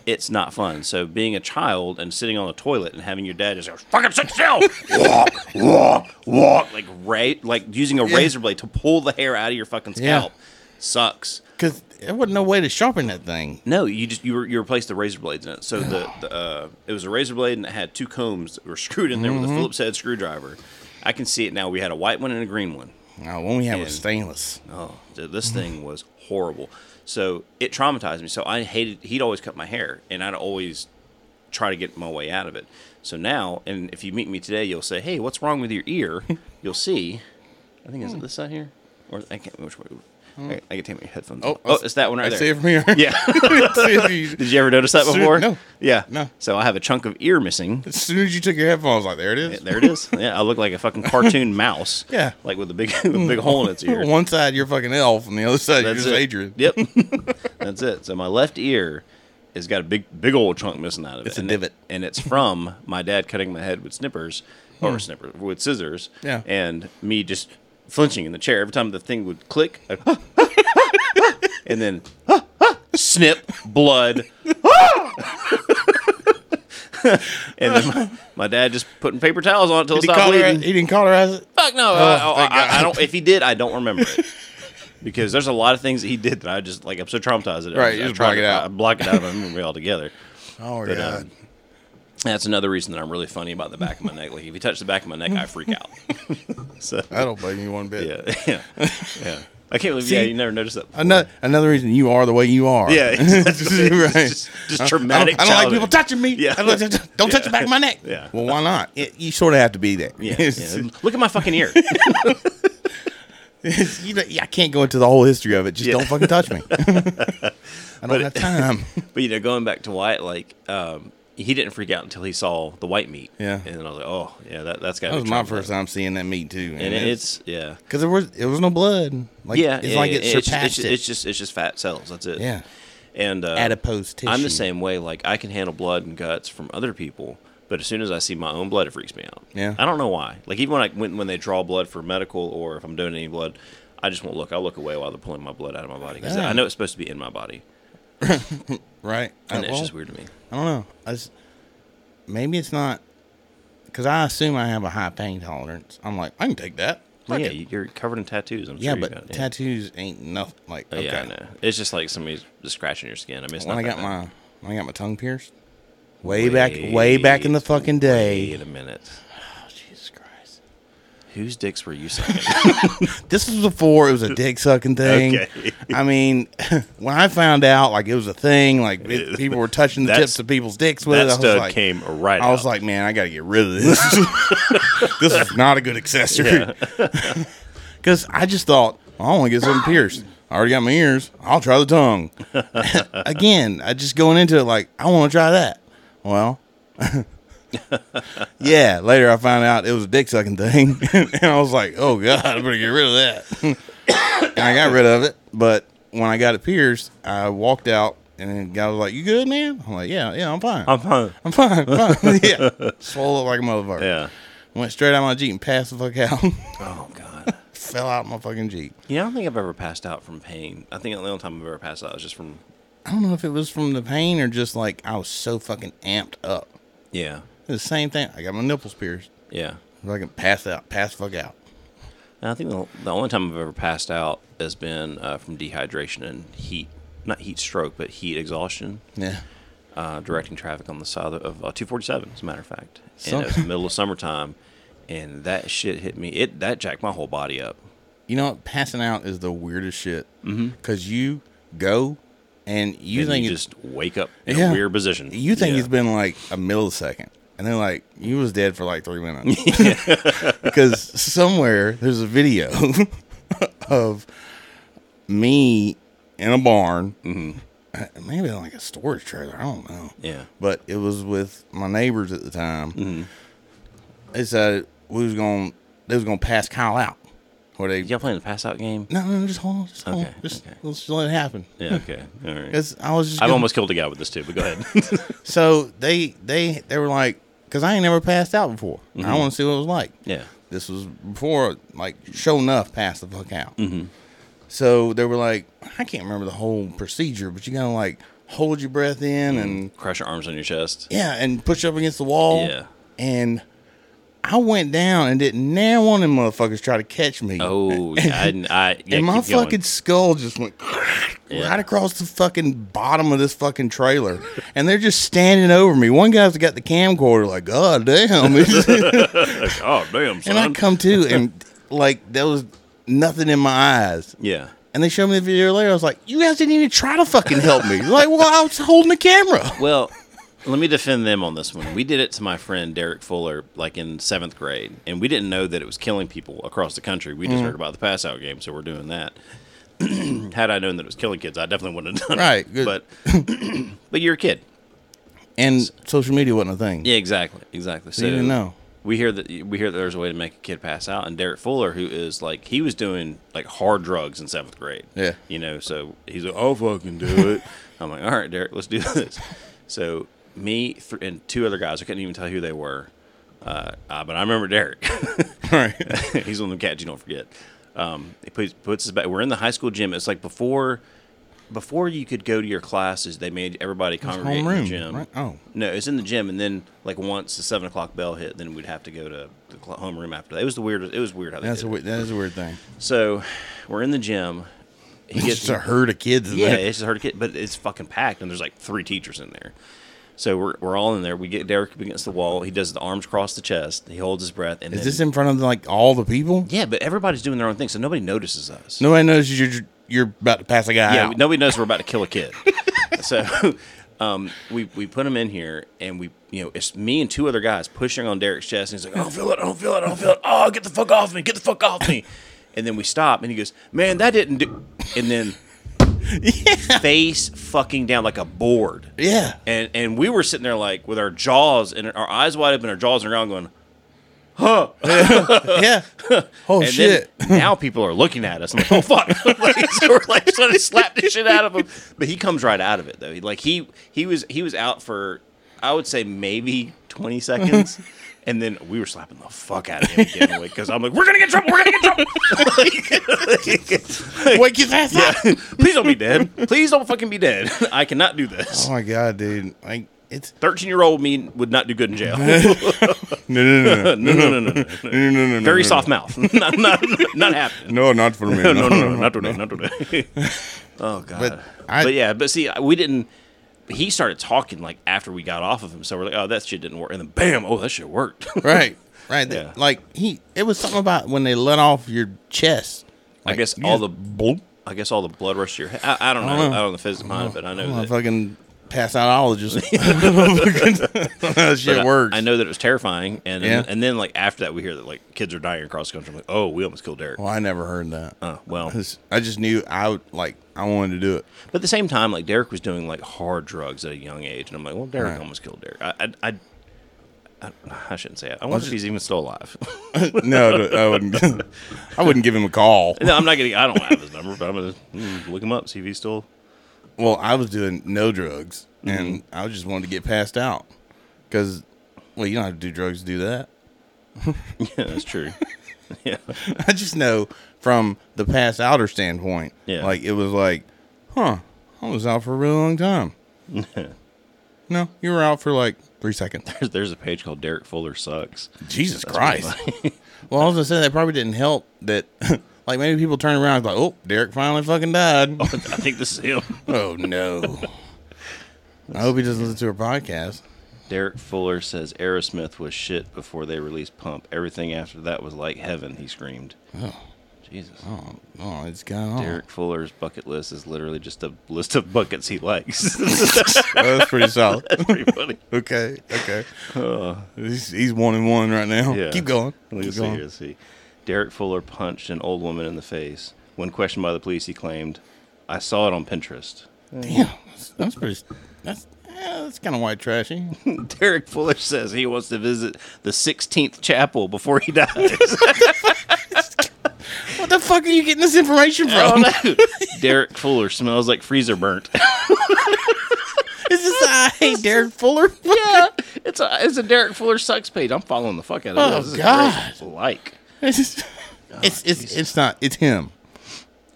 it's not fun. So being a child and sitting on the toilet and having your dad just go, fucking sit still, walk, walk, walk, like ra- like using a razor blade to pull the hair out of your fucking
Yeah.
scalp sucks.
Because there wasn't no way to sharpen that thing.
No, you just you, re- you replaced the razor blades in it. So the, the uh, it was a razor blade and it had two combs that were screwed in there with a Phillips head screwdriver. I can see it now. We had a white one and a green one.
No, when we had was
And-
stainless.
Oh, dude, this thing was horrible. So it traumatized me. So I hated. He'd always cut my hair, and I'd always try to get my way out of it. So now, and if you meet me today, you'll say, "Hey, what's wrong with your ear?" You'll see. I think is it this side here, or I can't remember which way. I, I can take my headphones. Oh, oh, it's that one right
Hmm. I
there.
see it from here.
Yeah. Did you ever notice that
Soon-
before?
no.
Yeah.
No.
So I have a chunk of ear missing.
as soon as you took your headphones, like there it is.
There it is. Yeah, I look like a fucking cartoon mouse.
Yeah. Hmm.
Like with a big with a big hole in its ear.
One side you're fucking elf, and the other side you're
That's
just
it.
Adrian.
Yep. That's it. So my left ear has got a big big old chunk missing out of it.
It's a
and it-
divot.
and it's from my dad cutting my head with snippers or snippers with scissors.
Hmm. Yeah.
And me just flinching in the chair every time the thing would click. I'd, and then snip blood. and then my, my dad just putting paper towels on it till it
Did he,
stopped
color,
bleeding.
he didn't colorize it.
Fuck no. I- I-
Oh, thank
I, I
God.
don't. If he did, I don't remember it because there's a lot of things that he did that I just like. I'm so traumatized. That I
Right,
just-
you
I
just
try
block
to-
it out.
I block it out of my memory altogether.
Oh
But, uh, that's another reason that I'm really funny about the back of my neck. Like if you touch the back of my neck, I freak out. so
I don't blame you one bit.
yeah, yeah, yeah. I can't believe. yeah, you never noticed that. before.
Another another reason you are the way you are.
Yeah, exactly.
Right.
just, just traumatic.
I don't, I don't like
childhood.
people touching me.
Yeah.
I don't, don't touch the back of my neck.
Yeah.
Well, why not? It, you sort of have to be there.
Yeah,
It's-
yeah. Look at my fucking ear.
it's- you know, yeah, I can't go into the whole history of it. Just
Yeah.
don't fucking touch me. I don't have time.
But you know, going back to Wyatt, like um, he didn't freak out until he saw the white meat.
Yeah.
and then I was like, oh yeah, that that's got.
That was my first time seeing that meat too.
And it, it's yeah,
because there was it was no blood. Like,
yeah.
it's like
yeah,
it
yeah, it's,
surpassed
it's,
it.
it's just it's just fat cells. That's it.
Yeah.
and uh,
Adipose
I'm
tissue.
the same way. Like I can handle blood and guts from other people. But as soon as I see my own blood, it freaks me out.
Yeah.
I don't know why. Like even when I when, when they draw blood for medical or if I'm donating blood, I just won't look. I'll look away while they're pulling my blood out of my body because
Yeah.
I know it's supposed to be in my body,
right. Uh,
and it's
well,
just weird to me.
I don't know. I just, maybe it's not because I assume I have a high pain tolerance. I'm like I can take that.
Well,
Fuck
yeah,
it.
you- you're covered in tattoos. I'm
yeah,
sure you
but
got it, yeah.
tattoos ain't nothing. Like
Oh,
okay.
Yeah, I know. It's just like somebody's just scratching your skin. I mean, it's
when
not
I
that
got
bad.
my when I got my tongue pierced, way back way back in the fucking day.
Wait a minute. Oh,
Jesus Christ!
Whose dicks were you sucking?
This was before it was a dick sucking thing.
Okay.
I mean, when I found out like it was a thing, like it- people were touching the
That's-
tips of people's dicks with it.
that
I was
stud
like,
came right.
I was
out.
like, man, I got to get rid of this. this is not a good accessory. Because I just thought, I want to get something pierced. I already got my ears. I'll try the tongue. Again, I just going into it like, I want to try that. Well, yeah, later I found out it was a dick sucking thing. and I was like, oh, God, I better get rid of that. and I got rid of it. But when I got it pierced, I walked out and then the guy was like, you good, man? I'm like, yeah, yeah, I'm fine.
I'm hung.
I'm fine. I'm fine. yeah. Swole up like a motherfucker.
Yeah.
Went straight out my Jeep and passed the fuck out.
Oh god.
Fell out my fucking Jeep.
You know, I don't think I've ever passed out from pain. I think the only time I've ever passed out was just from.
I don't know if it was from the pain or just like I was so fucking amped up.
Yeah.
It's The same thing. I got my nipples pierced.
Yeah.
Fucking pass out. Pass the fuck out.
And I think the, the only time I've ever passed out has been uh, from dehydration and heat. Not heat stroke, but heat exhaustion.
Yeah.
uh, directing traffic on the side of uh, 247, as a matter of fact. And
Some-
it was the middle of summertime, and that shit hit me. It that jacked my whole body up.
You know what? Passing out is the weirdest shit. Mm-hmm. Cause you go and you
and
think
you
it's
just wake up in
Yeah.
a weird position.
You think
Yeah.
it's been like a millisecond, and they're like, "You was dead for like three minutes," because somewhere there's a video of me in a barn,
Mm-hmm.
Uh, maybe in, like a storage trailer. I don't know.
Yeah.
but it was with my neighbors at the time.
Mm-hmm.
They said we was going, to they was going to pass Kyle out. Or they,
y'all playing the pass out game?
no, no, no, just hold on, just hold
Okay,
on, just
okay.
let's just let it happen.
Yeah. Okay. All right.
'Cause I was just
I've
gonna-
almost killed a guy with this too, but go ahead.
So they they they were like, because I ain't never passed out before. I want to see what it was like.
Mm-hmm. yeah.
This was before, like, show enough, passed the fuck out. Mm-hmm. So they were like, I can't remember the whole procedure, but you gotta like hold your breath in and
Crush your arms on your chest.
yeah, and push up against the wall.
Yeah.
And I went down and didn't now one of them motherfuckers try to catch me.
Oh, yeah, I, didn't- I yeah,
and my
keep going.
fucking skull just went
Yeah.
right across the fucking bottom of this fucking trailer. And they're just standing over me. One guy's got the camcorder, like, God damn.
oh damn, son.
and I come to, and like, there was nothing in my eyes.
yeah,
And they showed me the video later. I was like, you guys didn't even try to fucking help me. like, well, I was holding the camera.
Well, let me defend them on this one. We did it to my friend Derek Fuller, like in seventh grade, and we didn't know that it was killing people across the country. We
Mm-hmm.
just heard about the pass out game, so we're doing that. Had I known that it was killing kids, I definitely wouldn't have done
Right,
it.
good.
But but you're a kid.
And social media wasn't a thing.
Yeah, exactly, exactly. So
you didn't know.
We hear that we hear that there's a way to make a kid pass out, and Derek Fuller, who is like he was doing like hard drugs in seventh grade.
Yeah.
you know, so he's like, "I'll fucking do it." I'm like, "All right, Derek, let's do this." So me th- and two other guys, I couldn't even tell who they were, uh, uh, but I remember Derek.
Right.
he's one of them cats you don't forget. Um, he puts, puts his back. We're in the high school gym. It's like before. Before you could go to your classes, they made everybody congregate in
homeroom,
the gym.
right? Oh.
No, it's in the gym, and then like once the seven o'clock bell hit, then we'd have to go to the cl- homeroom after that. It was the weirdest. It was weird how they
That's a
did it.
weird, that is a weird thing.
So, we're in the gym. He
It's just a herd of kids. In
yeah,
there.
it's just hard to get, but it's fucking packed, and there's like three teachers in there. So we're, we're all in there. We get Derek up against the wall. He does the arms across the chest. He holds his breath. And
Is
then-
this in front of like all the people?
Yeah, but everybody's doing their own thing, so nobody notices us.
Nobody knows you're you're about to pass a guy
yeah,
out.
nobody knows we're about to kill a kid. so um, we we put him in here, and we you know it's me and two other guys pushing on Derek's chest, and he's like, "I don't feel it, I don't feel it, I don't feel it. Oh, get the fuck off me, get the fuck off me." And then we stop, and he goes, "Man, that didn't do." And then face fucking down like a board.
Yeah.
And and we were sitting there like with our jaws and our eyes wide open, our jaws on the ground, going.
yeah. Oh
Uh. And
shit.
then now people are looking at us. I'm like, oh fuck! like, so we're like trying to slap the shit out of him, but he comes right out of it though. He, like he he was he was out for I would say maybe 20 seconds, and then we were slapping the fuck out of him again because I'm like, we're gonna get in trouble, we're gonna get in trouble.
Wake his ass up.
yeah, please don't be dead. Please don't fucking be dead. I cannot do this.
Oh my god, dude. Like it's
13 year old me would not do good in jail. no,
no no no no
no, no, no, no, no.
no no no.
Very soft mouth. not, not, not happening.
No, not for me.
no, no, no, no, not today, not today. oh god. But,
I-
yeah, but see, we didn't. He started talking like after we got off of him, so we're like, oh, that shit didn't work, and then bam, oh, that shit worked.
Right. Right.
Yeah.
Like he it was something about when they let off your chest.
I
Like,
guess
you
all the
just-
I guess all the blood rushed to your head. I, I don't know. I don't know the physics behind it, but I know
I'm a
that.
oh, fucking pass outologist. that
but
shit
I-
works.
I know that it was terrifying, and
Yeah.
and then like after that, we hear that like kids are dying across the country. I'm like, oh, we almost killed Derek.
Well, I never heard that.
Uh, well,
'Cause I just knew I would like I wanted to do it.
But at the same time, like Derek was doing like hard drugs at a young age, and I'm like, well, Derek almost killed Derek. I, I, I, I, I shouldn't say it. I wonder if he's even still alive.
No, I wouldn't. I wouldn't give him a call.
no, I'm not gonna. I don't have his number, but I'm gonna mm, look him up, see if he's still.
Well, I was doing no drugs, and I just wanted to get passed out because, well, you don't have to do drugs to do that.
Yeah, that's true. yeah,
I just know from the pass outer standpoint,
Yeah.
like it was like, huh, I was out for a really long time. no, you were out for like three seconds.
there's, there's a page called Derek Fuller sucks.
Jesus Christ. well, I was gonna say that probably didn't help. That like maybe people turn around and like, oh, Derek finally fucking died.
I think this is him.
oh no. I hope he doesn't listen to our podcast.
Derek Fuller says Aerosmith was shit before they released Pump. Everything after that was like heaven. He screamed. Oh, Jesus.
Oh, oh it's gone on.
Derek Fuller's bucket list is literally just a list of buckets he likes.
Oh, that's pretty solid.
pretty funny.
Okay, okay. he's, he's one and one right now.
Uh. Yeah.
Keep going.
Let's
Keep
see
going.
here. Let's see. Derek Fuller punched an old woman in the face. When questioned by the police, he claimed, "I saw it on Pinterest."
Damn, that's, that's pretty. That's yeah, that's kind of white trashy.
Derek Fuller says he wants to visit the 16th Chapel before he dies.
what the fuck are you getting this information
Oh,
from?
Derek Fuller smells like freezer burnt.
Is this the I hate "Ah, Derek Fuller?
yeah, it's a it's a Derek Fuller sucks page. I'm following the fuck out of
Oh,
this. This is
God.
great. like.
it's, just, it's it's it's not. It's him.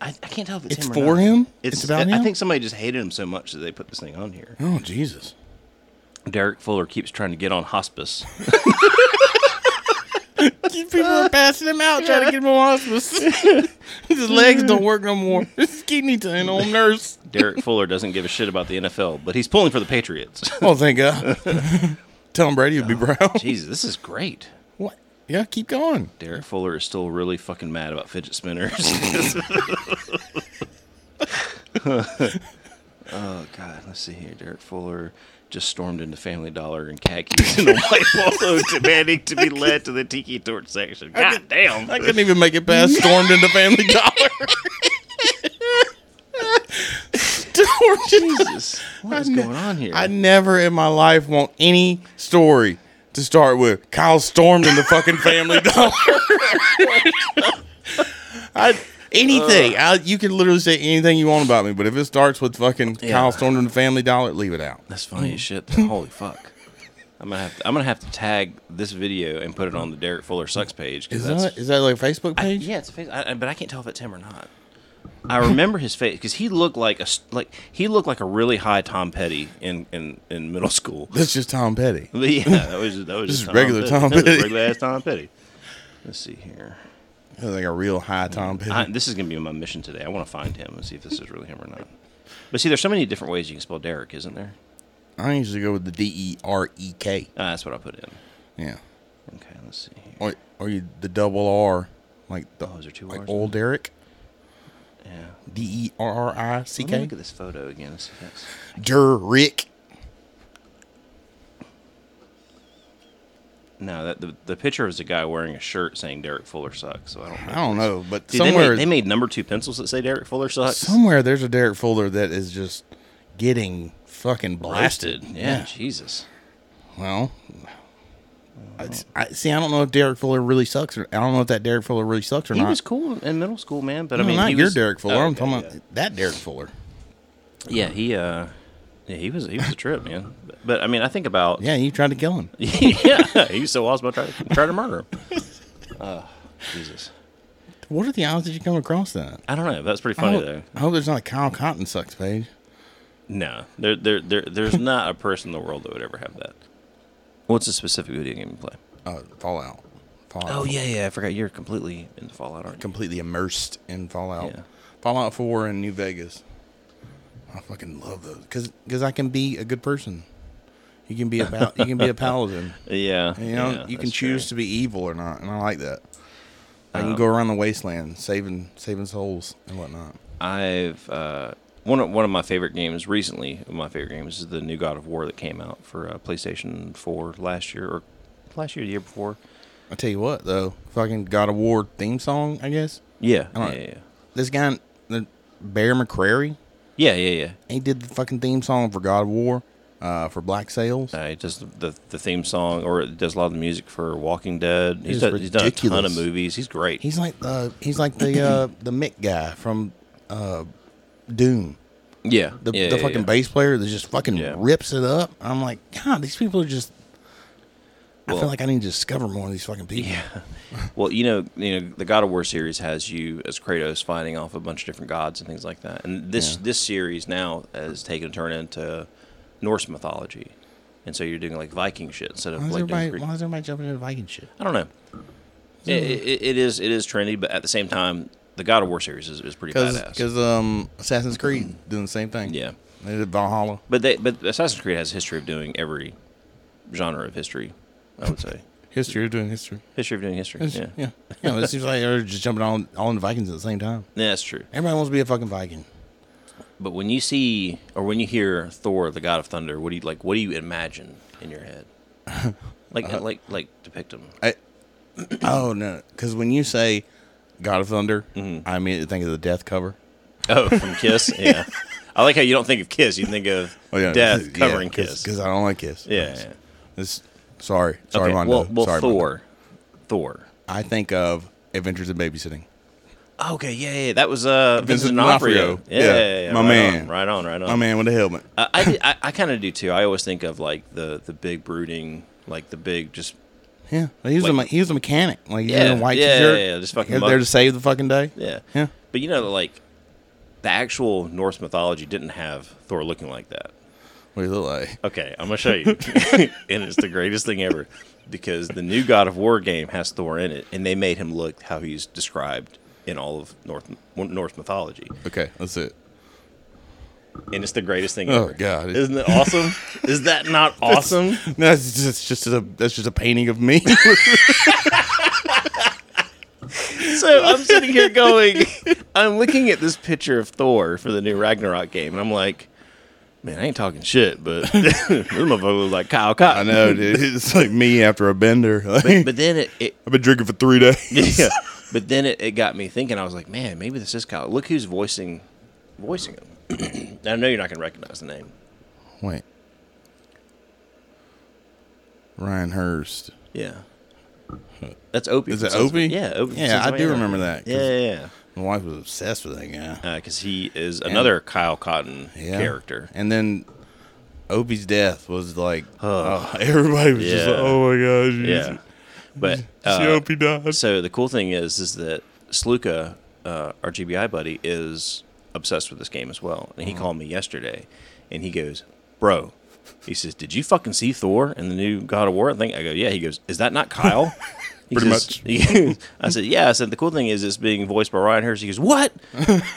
I, I can't tell if it's,
It's
him or
for
not.
him?
It's,
It's about
I, I
him?
think somebody just hated him so much that they put this thing on here.
Oh Jesus!
Derek Fuller keeps trying to get on hospice.
People are passing him out, trying to get him on hospice. His legs don't work no more. This kid needs an home nurse.
Derek Fuller doesn't give a shit about the NFL, but he's pulling for the Patriots.
Oh, thank God. Tom Brady would be proud.
Jesus, this is great.
What? Yeah, keep going.
Derek Fuller is still really fucking mad about fidget spinners. oh God, let's see here. Derek Fuller just stormed into Family Dollar in khakis and a white polo, demanding to be led to the tiki torch section. God damn!
I couldn't even make it past stormed into Family Dollar. stormed into
Jesus, what is
I ne-
going on here?
I never in my life want any story to start with Kyle stormed in the fucking Family Dollar. I, anything I, you can literally say anything you want about me, but if it starts with fucking Kyle stormed in the Family Dollar, leave it out.
That's funny as shit. Holy fuck! I'm gonna have to, I'm gonna have to tag this video and put it on the Derek Fuller sucks page because
Is
that's
that is that like a Facebook
I-
page?
yeah, it's a face, I, I- but I can't tell if it's him or not. I remember his face because he looked like a s- like he looked like a really high Tom Petty in in, in middle school.
That's just Tom Petty.
But yeah, that was that was
This
just
is regular Tom
That was
Petty.
regular ass Tom Petty. Let's see here.
That's like a real high Tom Petty.
I, this is gonna be my mission today. I want to find him and see if this is really him or not. But see, there's so many different ways you can spell Derek, isn't there?
I usually go with the D E R E K.
Ah, that's what I put in.
Yeah.
Okay, let's see. Here.
Or or you the double R, like the
Oh, is there two
like
Rs?
old Derek.
Yeah.
D E R R I C
Let me
K.
look at this photo again. and see if that's-
Derrick.
No, that the, the picture is a guy wearing a shirt saying Derek Fuller sucks. So I don't.
I don't know, but
Dude,
somewhere
they, made, they made number two pencils that say Derek Fuller sucks.
somewhere there's a Derek Fuller that is just getting fucking
Roasted.
blasted.
Yeah, Jesus.
Well, I, I- see. I don't know if Derek Fuller really sucks, or I don't know if that Derek Fuller really sucks or
He
not.
was cool in middle school, man. But
No,
I mean,
not
he
your
was,
Derek Fuller.
Oh,
I'm
okay,
talking about that Derek Fuller.
Yeah, Yeah, he. uh yeah, he was he was a trip, man. But, but, I mean, I think about
Yeah, you tried to kill him.
yeah, he was so awesome. I tried, tried to murder him. Uh, Jesus,
What are the odds that you come across that?
I don't know. That's pretty
I
funny though.
hope, I hope there's not a Kyle Cotton sucks page.
No, there there there there's not a person in the world that would ever have that. What's a specific video game you play?
Uh, Fallout. Fallout.
Oh yeah, yeah. I forgot you're completely in the Fallout. Aren't you?
completely immersed in Fallout.
Yeah.
Fallout 4 and New Vegas. I fucking love those cuz cuz I can be a good person. You can be a pal- you can be a paladin.
Yeah,
You know,
yeah,
you can
that's
choose to
true. Oh.
be evil or not, and I like that. I can go around the wasteland saving saving souls and whatnot.
I've uh, one of one of my favorite games recently. My favorite games is the new God of War that came out for uh, PlayStation Four last year, or last year, the year before.
I tell you what though, fucking God of War theme song, I guess.
Yeah,
I
yeah,
don't-
yeah,
This guy the Bear McCrary,
yeah, yeah,
he did the fucking theme song for God of War, uh, for Black Sails.
yeah. Uh, he does the the theme song, or does a lot of the music for Walking Dead.
It's
He's done, he's done a ton of
ridiculous.
movies. He's great.
He's like the he's like the uh, the Mick guy from uh, Doom.
yeah,
The,
yeah,
the
yeah,
fucking
yeah.
bass player that just fucking
Yeah.
rips it up. I'm like, God, these people are just. I
Well-
feel like I need to discover more of these fucking people.
Well, you know, you know, the God of War series has you as Kratos fighting off a bunch of different gods and things like that. And this this series now has taken a turn into Norse mythology, and so you're doing like Viking shit instead of
Why is
like doing
everybody
Greek.
Why is everybody jumping into Viking shit?
I don't know. It, it, it is it is trendy, but at the same time, the God of War series is, is pretty badass.
Because um, Assassin's Creed doing the same thing.
Yeah.
they did Valhalla.
but they but Assassin's Creed has a history of doing every genre of history. I would say
History of doing history.
history of doing history.
It's-
yeah. yeah,
yeah, yeah. but it seems like they're just jumping all all into Vikings at the same time.
that's true.
Everybody wants to be a fucking Viking.
But when you see or when you hear Thor, the god of thunder, what do you like? What do you imagine in your head? Like,
Uh-huh.
like, like, depict him.
I, oh no, because when you say God of Thunder, I immediately think of the death cover.
Oh, from Kiss. yeah, I like how you don't think of Kiss. You think of
Oh,
death covering Kiss.
because I don't like Kiss.
yeah. yeah.
This, sorry, sorry,
okay.
Mondo.
Well, well,
sorry, Mondo.
Thor. Thor.
I think of Adventures in Babysitting.
Okay. Yeah. yeah, That was uh,
Vincent
Vincent D'Onofrio.
D'Onofrio.
Yeah, yeah, yeah, yeah,
my
right
man.
On, right on. Right on.
My man with a helmet.
I I, did- I, I kind of do too. I always think of like the the big brooding, like the big just
Yeah, he was a
Like-
me- he was a mechanic. Like he's
Yeah,
in a white
yeah,
shirt.
yeah, yeah, just fucking
They're
muck.
there to save the fucking day.
Yeah.
Yeah.
But you know, like the actual Norse mythology didn't have Thor looking like that.
What do you look like?
Okay, I'm gonna show you, and it's the greatest thing ever because the new God of War game has Thor in it, and they made him look how he's described in all of North, Norse mythology,
Okay, that's it.
and it's the greatest thing
Oh,
ever.
God.
isn't it awesome? Is that not awesome?
No, that's just, that's just a that's just a painting of me.
So I'm sitting here going, I'm looking at this picture of Thor for the new Ragnarok game, and I'm like, man, I ain't talking shit, but this motherfucker looks like Kyle
I
Cotton.
know, dude. It's like me after a bender. Like,
But then it, it
I've been drinking for three days.
yeah, but then it, it got me thinking. I was like, man, maybe this is Kyle. Look who's voicing, voicing him. I know you're not gonna recognize the name.
Wait, Ryan Hurst.
Yeah. That's Opie.
Is
from
it
Sons of-
Opie?
Yeah, Opie. from
Yeah,
Sons
I
of
do
Anarchy.
remember that, 'cause-
Yeah, yeah,
My wife was obsessed with that guy.
yeah. Because he is another Kyle Cotton
Yeah.
character.
And then Opie's death was like, oh, everybody was just
Yeah.
like, oh my gosh. you
Yeah, but
see- see
uh,
Opie died.
So the cool thing is, is that Sluka, uh, our GBI buddy, is obsessed with this game as well, and he
Mm-hmm.
called me yesterday, and he goes, "Bro," he says, "Did you fucking see Thor in the new God of War thing?" I go, "Yeah." He goes, "Is that not Kyle?" He
Pretty
says- he- I said, "Yeah." I said, "The cool thing is, it's being voiced by Ryan Hurst." He goes, "What?"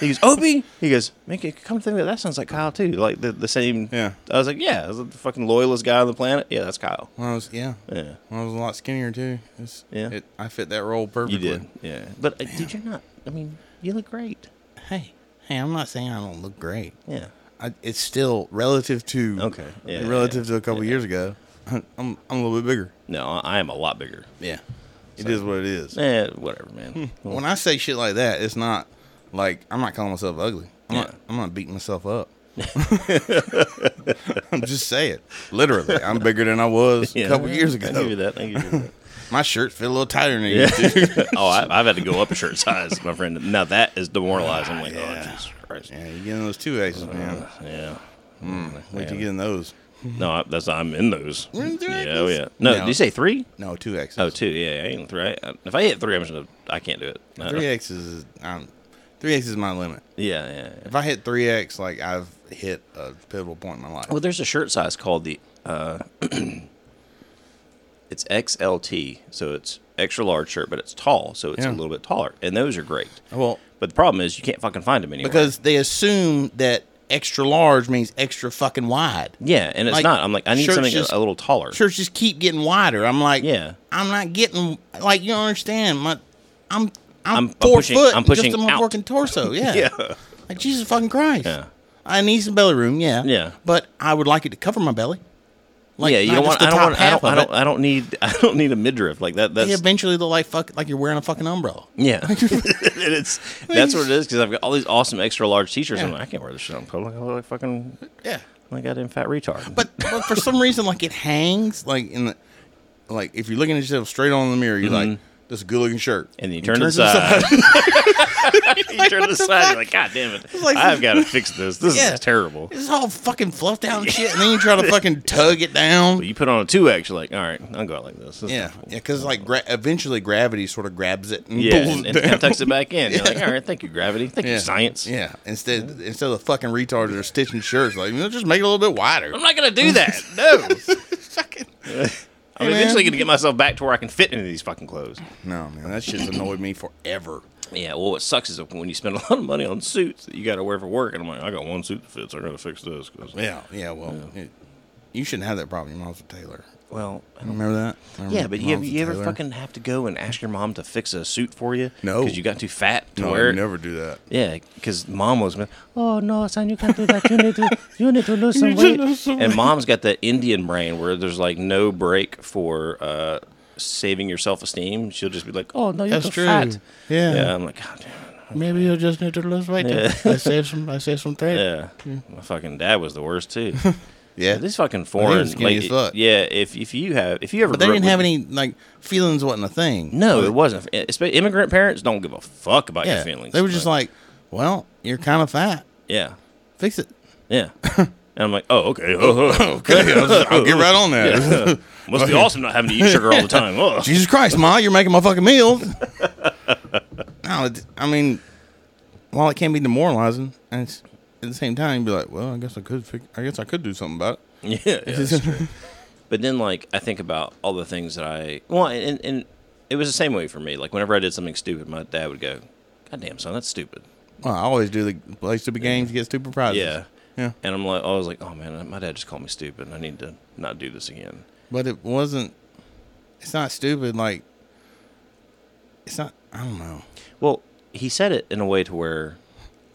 he goes, "Opie." He goes, "Make it come to think of it, that sounds like Kyle too, like the, the same."
Yeah.
I was like, "Yeah." I was like, the fucking loyalist guy on the planet. Yeah, that's Kyle.
When I was, yeah.
Yeah.
When I was a lot skinnier, too. It's,
Yeah.
It, I fit that role
You
perfectly.
did, yeah. But uh, did you not? I mean, you look great.
Hey, hey, I'm not saying I don't look great.
Yeah.
I, it's still relative to
Okay, yeah,
relative
yeah,
to a couple years ago. I'm I'm a little bit bigger.
No, I I am a lot bigger.
Yeah, it is what it is.
Eh, whatever, man. Well,
When I say shit like that, it's not like I'm not calling myself ugly. I'm not.
Yeah.
I'm not beating myself up. I'm just saying, literally, I'm bigger than I was
yeah.
a couple years
I give you
ago.
that. I give you
My shirt fit a little tighter than it used to.
that. Yeah. oh, I, I've had to go up a shirt size, my friend. Now that is demoralizing. I'm like,
Ah, Yeah.
oh, Jesus Christ.
Yeah, you getting those two aces,
Uh,
man.
Yeah. Mm.
Wait till you get in those.
No, I, that's I'm in those.
We're in three
yeah,
acres.
oh yeah. No,
No.
did you say three?
No, two aces.
Oh, two. Yeah, I ain't three. I, if I hit three, I'm just gonna, I can't do it. No.
Three X's is um, three X is my limit.
Yeah, yeah, yeah.
If I hit three X, like I've hit a pivotal point in my life.
Well, there's a shirt size called the. Uh, it's XLT, so it's extra large shirt, but it's tall, so it's
Yeah.
a little bit taller, and those are great.
Well,
But the problem is you can't fucking find them anywhere.
because they assume that extra large means extra fucking wide.
yeah, and it's
like,
not. I'm like I need
shirts
something
just-
a, a little taller.
Shirts just keep getting wider. I'm like,
Yeah.
I'm not getting like you don't understand. My, I'm I'm,
I'm
four
pushing-
foot.
I'm pushing
just in my
out.
fucking torso. Yeah.
Yeah.
Like Jesus fucking Christ.
Yeah.
I need some belly room. Yeah.
Yeah.
But I would like it to cover my belly. Like,
yeah, you
not
don't
just
want.
the
I don't
top
want. I
half
don't. I
of
don't.
it.
I don't need. I don't need a midriff like that.
They
That's
eventually look like fuck, like you're wearing a fucking umbrella.
yeah. and it's that's what it is because I've got all these awesome extra large t-shirts.
Yeah.
I'm like, I can't wear this shit on public. I look like fucking
Yeah.
like goddamn fat retard.
but, but for some reason, like it hangs, like in the, like if you're looking at yourself straight on in the mirror, you're like, "That's a good looking shirt."
Mm-hmm. And then you
You
turn
turn
to the
to the
side. you turn to the side. You're like, God damn it!
like-
I've got to fix this. This
Yeah.
is terrible.
It's all fucking fluffed out and shit, and then you try to fucking tug it down.
But you put on a two X. You're like, all right, I'll go out like this. This is
Yeah,
cool.
yeah, because like gra- eventually gravity sort of grabs it and
yeah,
pulls
and,
it
and,
down.
and tucks it back in. You're like, all right, thank you, gravity. Thank
yeah.
you, science.
Yeah, instead instead of the fucking retards that are stitching shirts, like you know, just make it a little bit wider.
I'm not gonna do that. No. I'm
Hey, man.
eventually gonna get myself back to where I can fit into these fucking clothes.
No man, that shit's annoyed me forever.
Yeah. Well, what sucks is when you spend a lot of money on suits that you got to wear for work, and I'm like, I got one suit that fits. I gotta fix this. 'cause-
Yeah, yeah. Well, It, you shouldn't have that problem. Your mom's a tailor.
Well. I don't-
Remember that? Remember
Yeah, but
your
you,
mom's a
you ever
tailor?
fucking have to go and ask your mom to fix a suit for you?
No.
because you got too fat to
No,
wear.
I
it?
never do that.
Yeah, because mom was, oh no, son, you can't do that. You need to, you need to lose some weight. and mom's got that Indian brain where there's like no break for uh, saving your self esteem. She'll just be like, oh no, you're
That's
too
true.
fat.
Yeah.
yeah, I'm like, god damn. it."
Maybe you just need to lose weight.
Yeah.
I save some. I save some thread.
Yeah, my fucking dad was the worst too.
Yeah,
This fucking foreign,
skinny
like,
as fuck.
yeah. If if you have, if you ever,
but they
grew up
didn't
with-
have any like feelings wasn't a thing.
No, it wasn't. Espe- Immigrant parents don't give a fuck about
yeah,
your feelings.
they were just like, "Well, you're kind of fat.
yeah,
Fix it."
yeah. and I'm like, oh okay, okay.
Okay, I'll, just- I'll get right on that.
Must be awesome not having to eat sugar all the time. Ugh.
Jesus Christ, Ma, you're making my fucking meals. no, it, I mean, while it can be demoralizing, and it's, at the same time, you'd be like, well, I guess I could, fig- I guess I could do something about it.
Yeah, yeah, that's true. But then, like, I think about all the things that I well, and and it was the same way for me. Like, whenever I did something stupid, my dad would go, "God damn, son, that's stupid."
Well, I always do the play stupid games, get stupid prizes.
Yeah,
yeah.
And I'm like, I was like, "Oh man, my dad just called me stupid. I need to not do this again."
But it wasn't. It's not stupid. Like, it's not. I don't know.
Well, he said it in a way to where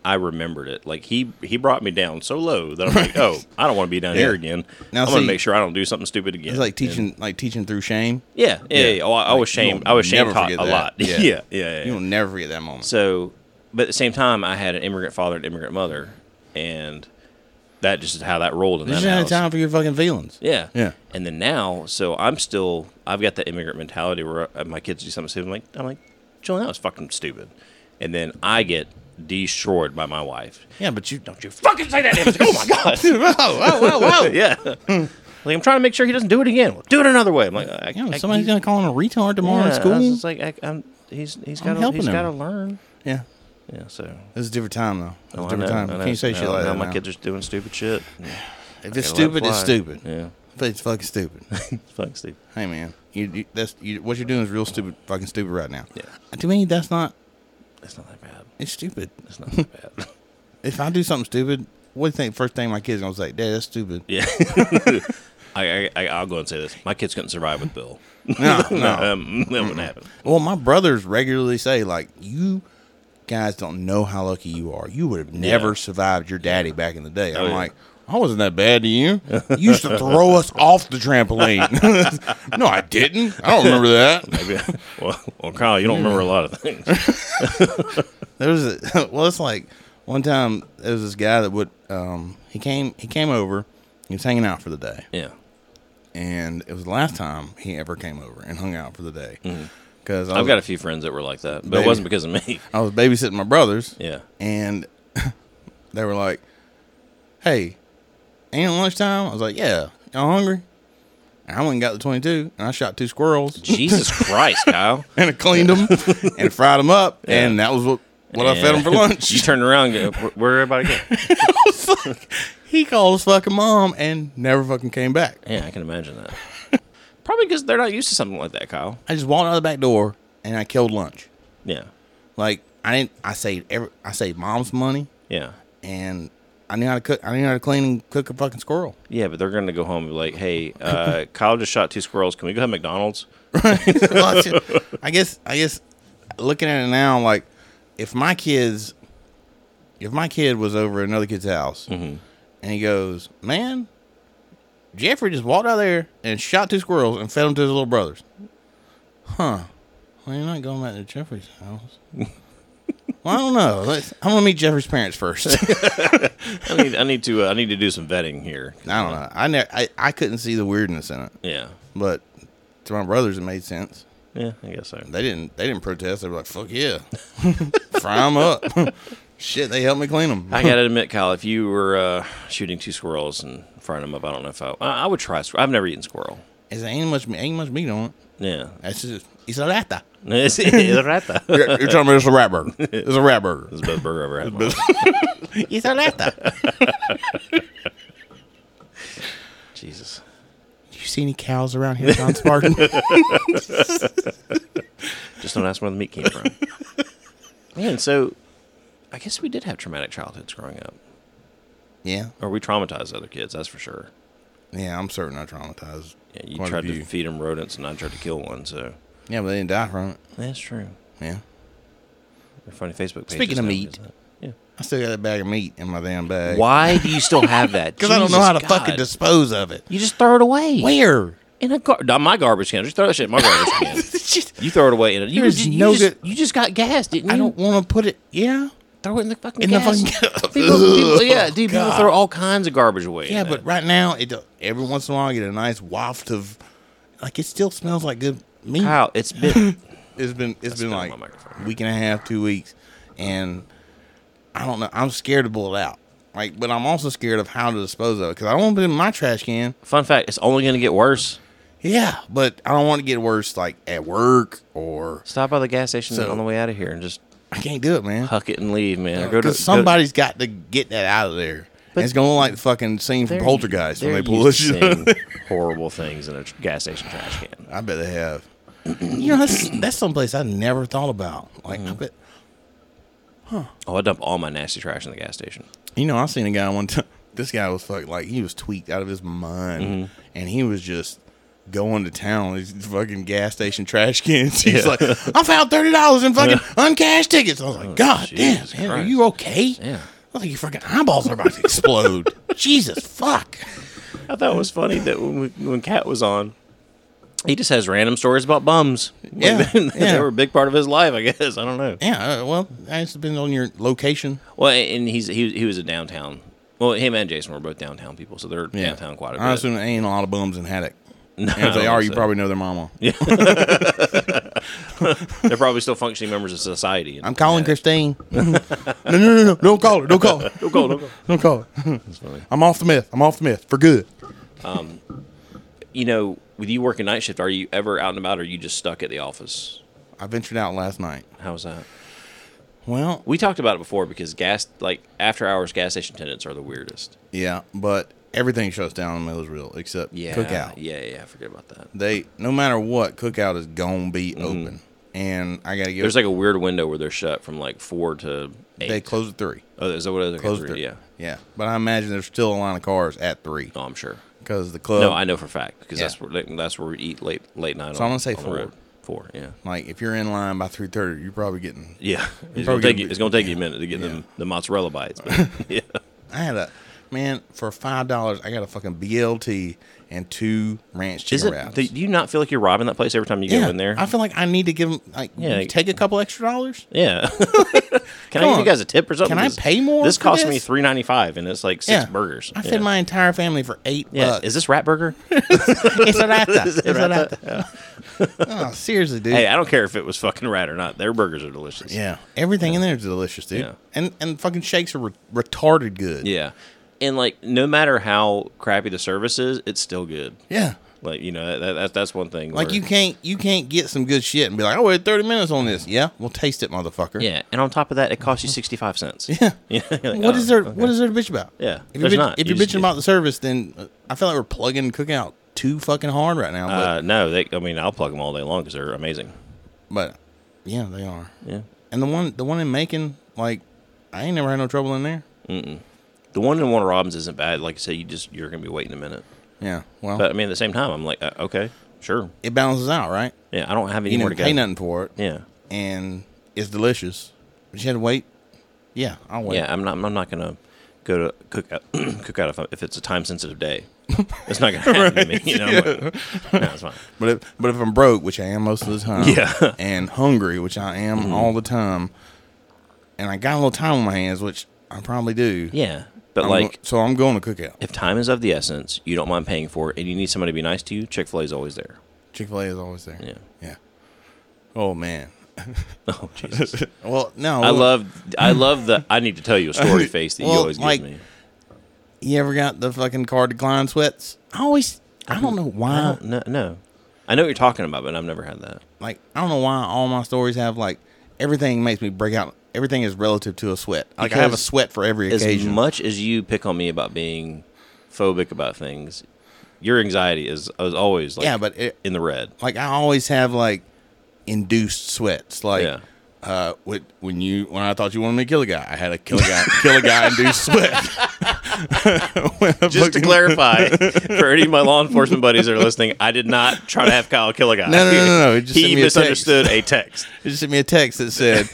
I remembered it. Like he he brought me down so low that I'm like, oh, I don't want to be down
Yeah.
here again.
Now,
I'm gonna
see-
make sure I don't do something stupid again.
It's like
And-
teaching, like teaching through shame.
yeah, yeah. yeah,
Yeah.
yeah. Oh, I, I
Like,
was
you
shamed.
will
I was shame
never
taught
forget
a
that.
lot.
Yeah.
Yeah, yeah, yeah.
You'll never forget that moment.
So, but at the same time, I had an immigrant father and immigrant mother, and that just is how that rolled in
There's
that
not
house.
time for your fucking feelings.
Yeah.
Yeah.
And then now, so I'm still, I've got the immigrant mentality where uh, my kids do something stupid. I'm like, I'm like, Jill, that was fucking stupid. And then I get destroyed by my wife.
Yeah, but you Oh, don't.
You fucking say that. name. It's like, oh my God.
whoa, whoa, whoa, whoa!
yeah. like, I'm trying to make sure he doesn't do it again. Well, do it another way. I'm like, I,
You know,
I,
somebody's
he-
gonna call him a retard tomorrow
yeah,
in
I was
school.
just like, I, I'm, he's, he's
I'm
got to
helping
he's
him.
got to learn.
yeah,
Yeah, so.
this is a different time though. It's
Oh,
a
I
different
know,
time.
I
You
know.
Can't say shit
Now-
like
now
that.
My
now.
kids are doing stupid shit.
If it's
Gotta let it
stupid, it's
fly.
stupid.
Yeah.
If it's fucking stupid.
Fuck, Steve.
hey man, you, you that's you, what you're doing is real stupid, fucking stupid right now.
Yeah.
To me, that's not.
It's not that bad.
It's stupid.
It's not that bad.
If I do something stupid, what do you think? First thing my kids gonna say, "Dad, that's stupid."
Yeah. I, I, I, I'll go and say this. My kids couldn't survive with Bill.
No, no.
um, that wouldn't happen.
Well, my brothers regularly say, like, you guys don't know how lucky you are. You would have never
Yeah.
survived your daddy back in the day. I'm
yeah.
like, I wasn't that bad to you. You used to throw us off the trampoline. no, I didn't. I don't remember that.
Maybe. Well, well, Kyle, you don't remember a lot of things.
There was a well, it's like one time there was this guy that would um he came he came over, he was hanging out for the day.
Yeah.
And it was the last time he ever came over and hung out for the day. Because I
I've
was,
got a few friends that were like that, but
Baby.
it wasn't because of me.
I was babysitting my brothers.
Yeah.
and they were like, "Hey, ain't it lunchtime?" I was like, "Yeah, y'all hungry?" And I went and got the twenty-two, and I shot two squirrels
Jesus Christ, Kyle.
and I cleaned them and fried them up,
Yeah.
and that was what what I fed them
And
for lunch.
You turned around and go, "Where- where everybody go?
he called his fucking mom and never fucking came back.
Yeah, I can imagine that. Probably because they're not used to something like that, Kyle.
I just walked out the back door and I killed lunch.
Yeah.
Like I didn't. I saved every. I saved mom's money,
Yeah.
and I knew how to cook. I knew how to clean and cook a fucking squirrel.
Yeah, but they're going to go home and be like, hey, uh, Kyle just shot two squirrels. Can we go have McDonald's?
Well, it's- I guess I guess looking at it now, like if my kids, if my kid was over at another kid's house and he goes, man, Jeffrey just walked out there and shot two squirrels and fed them to his little brothers. Huh? Well, you're not going back to Jeffrey's house. well, I don't know. Let's, I'm gonna meet Jeffrey's parents first.
I need, I need to uh, I need to do some vetting here.
I don't know. I never. I, I couldn't see the weirdness in it,
Yeah,
but to my brothers, it made sense.
yeah, I guess so.
they didn't they didn't protest. They were like, "Fuck yeah, fry them up." Shit, they helped me clean them.
I gotta admit, Kyle, if you were uh, shooting two squirrels and frying them up, I don't know if I I, I would try. squir- I've never eaten squirrel.
It's ain't much ain't much meat on it.
Yeah,
That's just it's a rata.
it's it's a rata. It's
You're, you're telling me it's a rat burger? It's a rat burger.
the best burger I've ever had. in my life.
It's a rata.
Jesus,
You see any cows around here, John Spartan?
just don't ask where the meat came from. Man, so I guess we did have traumatic childhoods growing up,
yeah,
or we traumatized other kids. That's for sure.
yeah. I'm certain I traumatized.
Yeah, you
quite a
tried
few.
to feed them rodents, and I tried to kill one. So
Yeah, but they didn't die from it.
that's true.
Yeah,
Your funny Facebook page.
Speaking
is
of
now,
meat.
isn't it? Yeah.
I still got that bag of meat in my damn bag.
Why do you still have that?
Because I don't know
Jesus
how to
God.
fucking dispose of it.
You just throw it away.
Where?
in a gar- not my garbage can. Just throw that shit in my garbage can. You throw it away in it. You
There's
just, you
no
just,
good-
You just got gas, didn't you?
I don't want to put it. Yeah.
throw it in the fucking
In the
gas.
fucking-
people, people, yeah, dude. People
God.
throw all kinds of garbage away. in
Yeah,
that.
but right now, it don't- every once in a while, I get a nice waft of, like it still smells like good meat.
Kyle, it's been
It's been it's been
spit on
like
my microphone.
week and a half, two weeks, and I don't know. I'm scared to pull it out, like, but I'm also scared of how to dispose of it because I don't want to put it in my trash can.
fun fact. It's only going to get worse.
Yeah, but I don't want to get worse, like at work or
Stop by the gas station
So-
on the way out of here and just
I can't do it, man.
Huck it and leave, man. Or go to
Because somebody's got to get that out of there. And it's going to look like the fucking scene
go,
from Poltergeist when
they're
they pull this
used to
shit out.
saying horrible things in a tr- gas station trash can.
I bet they have. you know, that's, that's someplace I never thought about. Like,
Mm-hmm.
I bet.
Oh, I dump all my nasty trash in the gas station.
You know, I seen a guy one time. This guy was fucking like he was tweaked out of his mind,
Mm-hmm.
and he was just going to town. with These fucking gas station trash cans. He's like, I found thirty dollars in fucking uncashed tickets. I was like, God damn,
Oh, Jesus
man, are
Christ.
you okay?
Yeah.
I think your fucking eyeballs are about to explode. Jesus fuck.
I thought it was funny that when, we, when Cat was on, he just has random stories about bums. Like,
Yeah,
they,
yeah.
were a big part of his life, I guess. I don't know.
Yeah. Uh, well, I just depends on your location.
Well, and he's he, he was a downtown. Well, him and Jason were both downtown people, so they're
Yeah.
downtown quite a bit.
I assume there ain't a lot of bums in Haddock. and
I
if they
don't
are,
think
you
so.
probably know their mama.
They're probably still functioning members of society.
I'm calling Christine. no, no, no, no. Don't call her. Don't call her.
Don't go, don't go.
Don't call her.
funny.
I'm off the myth. I'm off the myth for good.
You know, with you working night shift, are you ever out and about, or are you just stuck at the office?
I ventured out last night.
How was that?
Well,
We talked about it before because gas, like after hours, gas station attendants are the weirdest. yeah,
yeah, but everything shuts down in Millersville except cookout.
yeah, yeah. I forget about that.
They no matter what, cookout is gonna be open, and I gotta give.
Mm-hmm. There's like a weird window where they're shut from like four to eight.
they close at three.
Oh, is that what it is? Okay,
Close at
three,
three.
Yeah.
yeah. But I imagine there's still a line of cars at three
No, I'm sure.
because the club.
no, I know for a fact because
yeah.
that's where like, that's where we eat late late night.
So I'm
on-
gonna say
on the
four.
road. Four. Yeah.
like if you're in line by three thirty, you're probably getting.
Yeah.
probably
It's gonna, take
gonna
you,
be-
it's gonna take you a minute to get them the mozzarella bites. But yeah.
I had a man for five dollars. I got a fucking BLT and two ranch
Is
chicken
it?
wraps.
Do you not feel like you're robbing that place every time you
yeah,
go in there?
I feel like I need to give them like
Yeah,
you
like-
take a couple extra dollars.
yeah. Can I
Come
give you
on.
guys a tip or something?
Can I
This-
pay more
This
for
cost me
this?
three ninety five, and it's like six burgers.
I
yeah.
fed my entire family for eight
Yeah.
bucks.
Is this rat burger?
it's a rata. It's a rata. oh, seriously, dude.
hey, I don't care if it was fucking rat or not. Their burgers are delicious.
yeah, everything in there is delicious, dude.
Yeah.
And and fucking shakes are re- retarded good.
Yeah. And like, no matter how crappy the service is, it's still good.
Yeah.
Like you know that, that that's one thing.
Like
where-
you can't you can't get some good shit and be like, I waited thirty minutes on this. Yeah, well, taste it, motherfucker.
yeah, and on top of that, it costs you sixty five cents.
Yeah. What is there? What is there to bitch about?
Oh, Yeah,
If you're,
there's
bitch,
not.
If
You
you're
just-
bitching about the service, then uh, I feel like we're plugging cookout too fucking hard right now. But,
Uh, no, they, I mean I'll plug them all day long because they're amazing.
but yeah, they are.
Yeah,
And the one the one in Macon, like, I ain't never had no trouble in there.
the one in Warner Robins isn't bad. Like I said, you just you're gonna be waiting a minute.
Yeah. Well,
But I mean at the same time, I'm like uh, okay, sure.
it balances out, right?
Yeah, I don't have
You
anywhere
didn't
to go.
pay nothing for it,
Yeah,
and it's delicious. But you had to wait. Yeah, I'll wait.
yeah. I'm not. I'm not gonna go to cook out, cook out if, I- if it's a time sensitive day. It's not gonna happen to me. You know, I'm like, no, it's fine.
But if, but if I'm broke, which I am most of the time,
Yeah. Mm-hmm.
and hungry, which I am all the time, and I got a little time on my hands, which I probably do.
Yeah, but
I'm
like
go- so I'm going to cookout.
if time is of the essence, you don't mind paying for it, and you need somebody to be nice to you, Chick fil A is always there.
Chick Fil A is always there.
Yeah.
yeah. Oh man.
Oh, Jesus.
Well, no,
I love, I love the I need to tell you a story face that you
Well,
always
like,
give me.
You ever got the fucking card decline sweats? I always. I don't know
I
why.
don't, no, no. I know what you're talking about, but I've never had that.
like I don't know why all my stories have like everything makes me break out. Everything is relative to a sweat. Like I have a
Because
sweat for every
As
occasion.
much as you pick on me about being phobic about things, your anxiety is, is always like
yeah, but it,
in the red.
like I always have like induced sweats. Like
Yeah.
uh, with, when you when I thought you wanted me to kill a guy, I had a kill a guy kill a guy induced sweat.
Just to clarify, for any of my law enforcement buddies that are listening, I did not try to have Kyle kill a guy.
No, no, no, no, no. He just
he
sent me a text.
misunderstood a text.
It just sent me a text that said.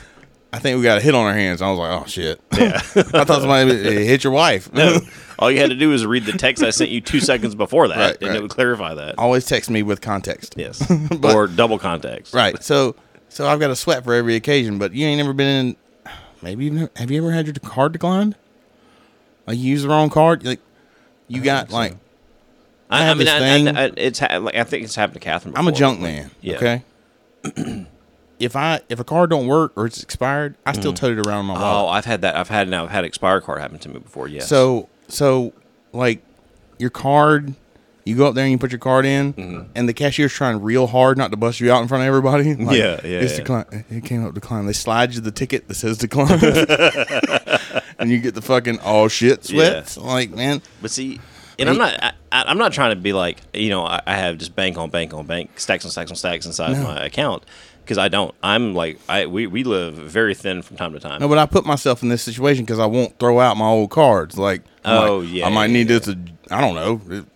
I think we got a hit on our hands. I was like, "Oh shit!" Yeah. I thought somebody uh, hit your wife.
No, all you had to do was read the text I sent you two seconds before that,
Right,
and it
right.
would clarify that.
Always text me with context.
Yes, or double context.
Right. So so I've got a sweat for every occasion, but you ain't never been in maybe you've never, have you ever had your card declined? Like you use the wrong card? Like you got like
I,
I
I,
have
mean,
this
I,
thing-
I, I, it's ha- like I think it's happened to Catherine.
I'm a
before.
junk man.
Yeah.
Okay. if I if a card don't work or it's expired, I still tote it around in my
Oh,
wallet.
I've had that. I've had now. I've had expire card happen to me before. Yes.
So so like your card You go up there and you put your card in, and the cashier's trying real hard not to bust you out in front of everybody. Like,
Mm-hmm. Yeah, yeah,
It's
yeah.
decline. It came up decline. They slide you the ticket that says decline, and you get the fucking all shit sweats. Like man,
But see, and I'm not. I, I- I'm not trying to be like you know. I, I have just bank on bank on bank, stacks on stacks on stacks inside my account because I don't. I'm like I we, we live very thin from time to time.
No, but I put myself in this situation because I won't throw out my old cards. Like, I
Oh,
might,
yeah,
I might
yeah,
need this. To, I don't know. It-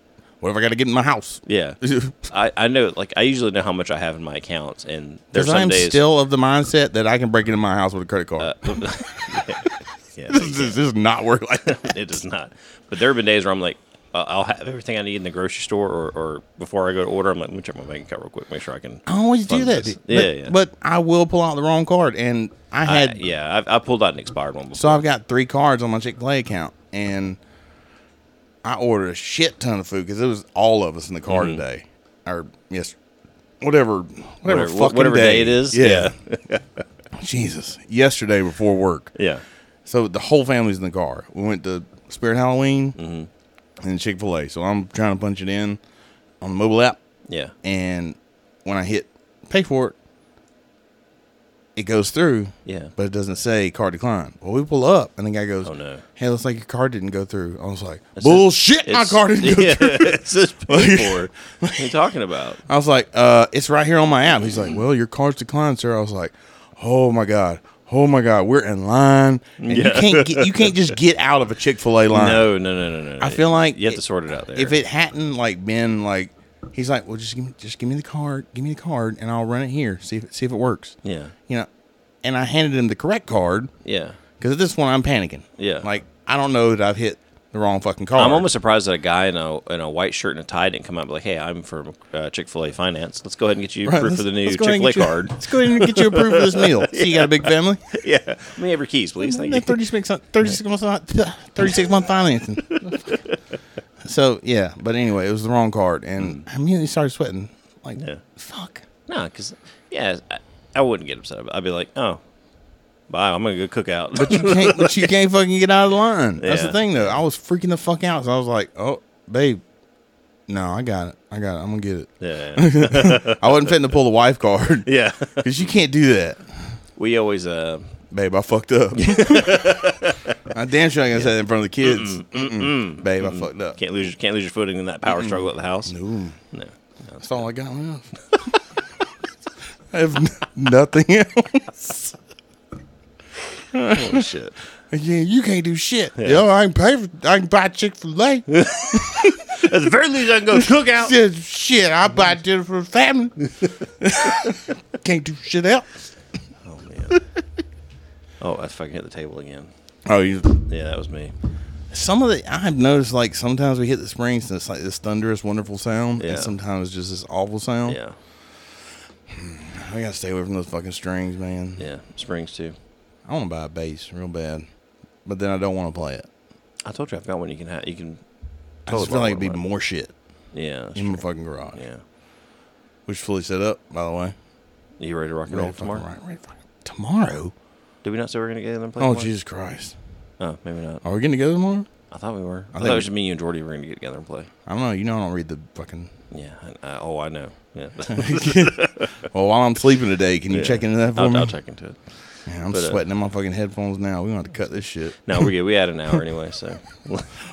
What if I got to get in my house?
yeah, I, I know. Like I usually know how much I have in my account, and
Because
there's some
I'm
days. Uh,
still of the mindset that I can break into my house with a credit card.
yeah,
this, this does not work like that.
it does not. But there have been days where I'm like, uh, I'll have everything I need in the grocery store, or, or before I go to order, I'm like, let me check my bank account real quick, make sure I can.
I always do
fund
that.
this.
But,
Yeah, yeah.
but I will pull out the wrong card, and I
I,
had
yeah, I, I pulled out an expired one. Before.
so I've got three cards on my Chick Fil A account, and I ordered a shit ton of food because it was all of us in the car
Mm-hmm.
today, or yes, whatever, whatever,
Whatever-
fucking
whatever day it is,
Yeah, Jesus, yesterday before work,
yeah,
So the whole family's in the car. We went to Spirit Halloween
Mm-hmm.
and Chick Fil A. So I'm trying to punch it in on the mobile app,
yeah.
and when I hit pay for it, it goes through.
Yeah.
but it doesn't say card declined. Well, we pull up, and the guy goes,
Oh, no.
Hey, looks like your card didn't go through." I was like, "Bullshit, my
It's-
card didn't go
yeah,
through."
it's just paid for. What are you talking about?
I was like, uh, it's right here on my app. He's like, well, your card's declined, sir. I was like, oh my god, oh my god, we're in line. And You
Yeah.
can't get, you can't just get out of a Chick Fil A line.
No, no, no, no, no.
I feel like
you have to sort it out there.
If it hadn't like been like, he's like, well, just give me, just give me the card, give me the card, and I'll run it here, see if it, see if it works.
yeah,
You know, and I handed him the correct card
yeah.
because at this point I'm panicking.
Yeah.
like I don't know that I've hit the wrong fucking card.
I'm almost surprised that a guy in a in a white shirt and a tie didn't come up and be like, "Hey, I'm from uh, Chick Fil A Finance. Let's go ahead and get you
Right,
proof
let's-
of the new
let's
Chick
go ahead and
Fil A
get you-
card.
Let's go ahead and get you approved for this meal. So you got a big family.
yeah, let me have your keys, please. Thank
No,
you.
36 month- 36 month, 36 month financing. so, yeah. But anyway, it was the wrong card. And I immediately started sweating. Like,
Hmm. Yeah.
fuck.
No, because yeah, I, I wouldn't get upset. about it. I'd be like, oh, bye. I'm gonna go cook out.
But you can't, but you can't fucking get out of the line. That's the
Yeah.
thing, though. I was freaking the fuck out. So I was like, oh, babe. No, I got it. I got it. I'm going to get it.
yeah,
I wasn't fitting to pull the wife card
yeah.
because you can't do that.
We always uh,
Babe, I fucked up. I damn sure I got to say that in front of the kids. Mm-mm. Babe, I fucked up.
can't lose can't lose your footing in that power struggle at the house.
Ooh.
No.
That's all I got left. I have n- nothing else.
Holy shit.
Yeah, you can't do shit. Yo, I can pay for, I can buy Chick Fil A.
At the very least, I can go cook out.
shit, I buy dinner for the family. can't do shit else.
Oh man. Oh, I fucking hit the table again.
Oh, you.
Yeah, that was me.
Some of the I've noticed like sometimes we hit the springs and it's like this thunderous, wonderful sound,
Yeah.
and sometimes just this awful sound.
Yeah,
I gotta stay away from those fucking strings, man.
yeah. Springs too.
I want to buy a bass real bad, but then I don't want to play it.
I told you I've got one you can have. You can.
I just feel like it'd be more shit
Yeah. that's
in my
true.
fucking garage.
Yeah.
which is fully set up, by the way.
You ready to rock and roll
Ready fucking
tomorrow?
right- ready fucking- tomorrow?
Did we not say we are gonna get in and play?
Oh,
tomorrow?
Jesus Christ.
Oh, maybe not.
Are we getting together tomorrow?
I thought we were.
think
I, thought it
we-
was just me, you, and Jordy were going to get together and play.
I don't know. You know, I don't read the fucking.
Yeah. I, I, oh, I know. Yeah.
Well, while I'm sleeping today, can you check into that for
I'll,
me?
I'll check into it.
Man, I'm
but, uh,
sweating in my fucking headphones now. We're going to have to cut this shit.
No, we're good. We had an hour anyway, so.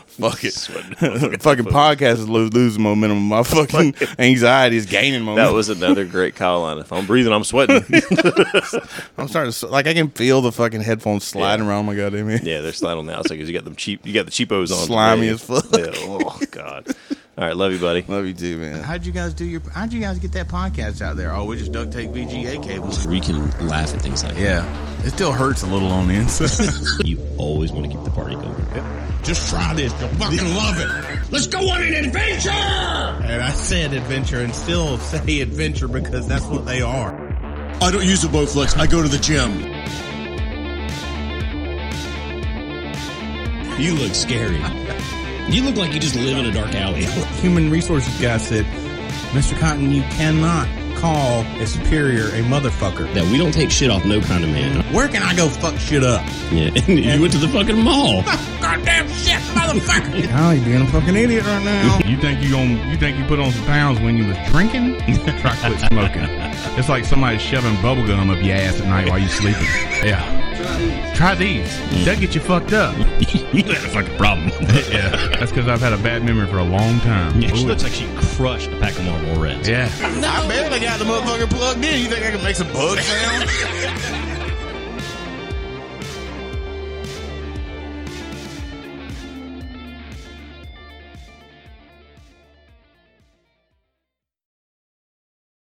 Fuck it.
Sweating.
fucking podcast is lo- losing momentum. My fucking anxiety is gaining momentum.
That was another great call line. If I'm breathing, I'm sweating.
I'm starting to, s- like, I can feel the fucking headphones sliding around my goddamn head.
yeah, they're sliding on the outside because you got them cheap. You got the cheapos on.
Slimy
today.
as fuck.
Yeah, oh God. All right, love you, buddy.
Love you too, man.
How'd you guys do your? How'd you guys get that podcast out there? Oh, we just duct tape VGA cables.
We can laugh at things like
Yeah, it still hurts a little on the inside.
that. You always want to keep the party going.
Just try this. You'll fucking love it. Let's go on an adventure. And I said adventure and still say adventure because that's what they are. I don't use a Bowflex. I go to the gym.
You look scary. You look like you just live in a dark alley.
Human resources guy said, "Mr. Cotton, you cannot
call a superior a motherfucker.
That we don't take shit off no kind of man.
Where can I go fuck shit up?
Yeah. you went to the fucking mall.
Goddamn shit, motherfucker!
Oh, you're being a fucking idiot right now.
You think you gonna, you think you put on some pounds when you was drinking? Try quit smoking. It's like somebody shoving bubble gum up your ass at night while you sleeping. Yeah. Try these. They'll get you fucked up.
you had a fucking problem.
Yeah. That's because I've had a bad memory for a long time.
Yeah, she
Ooh,
looks like she crushed a pack of Marlboro Reds.
yeah.
I barely got the motherfucker plugged in. You think I can make some bug sound?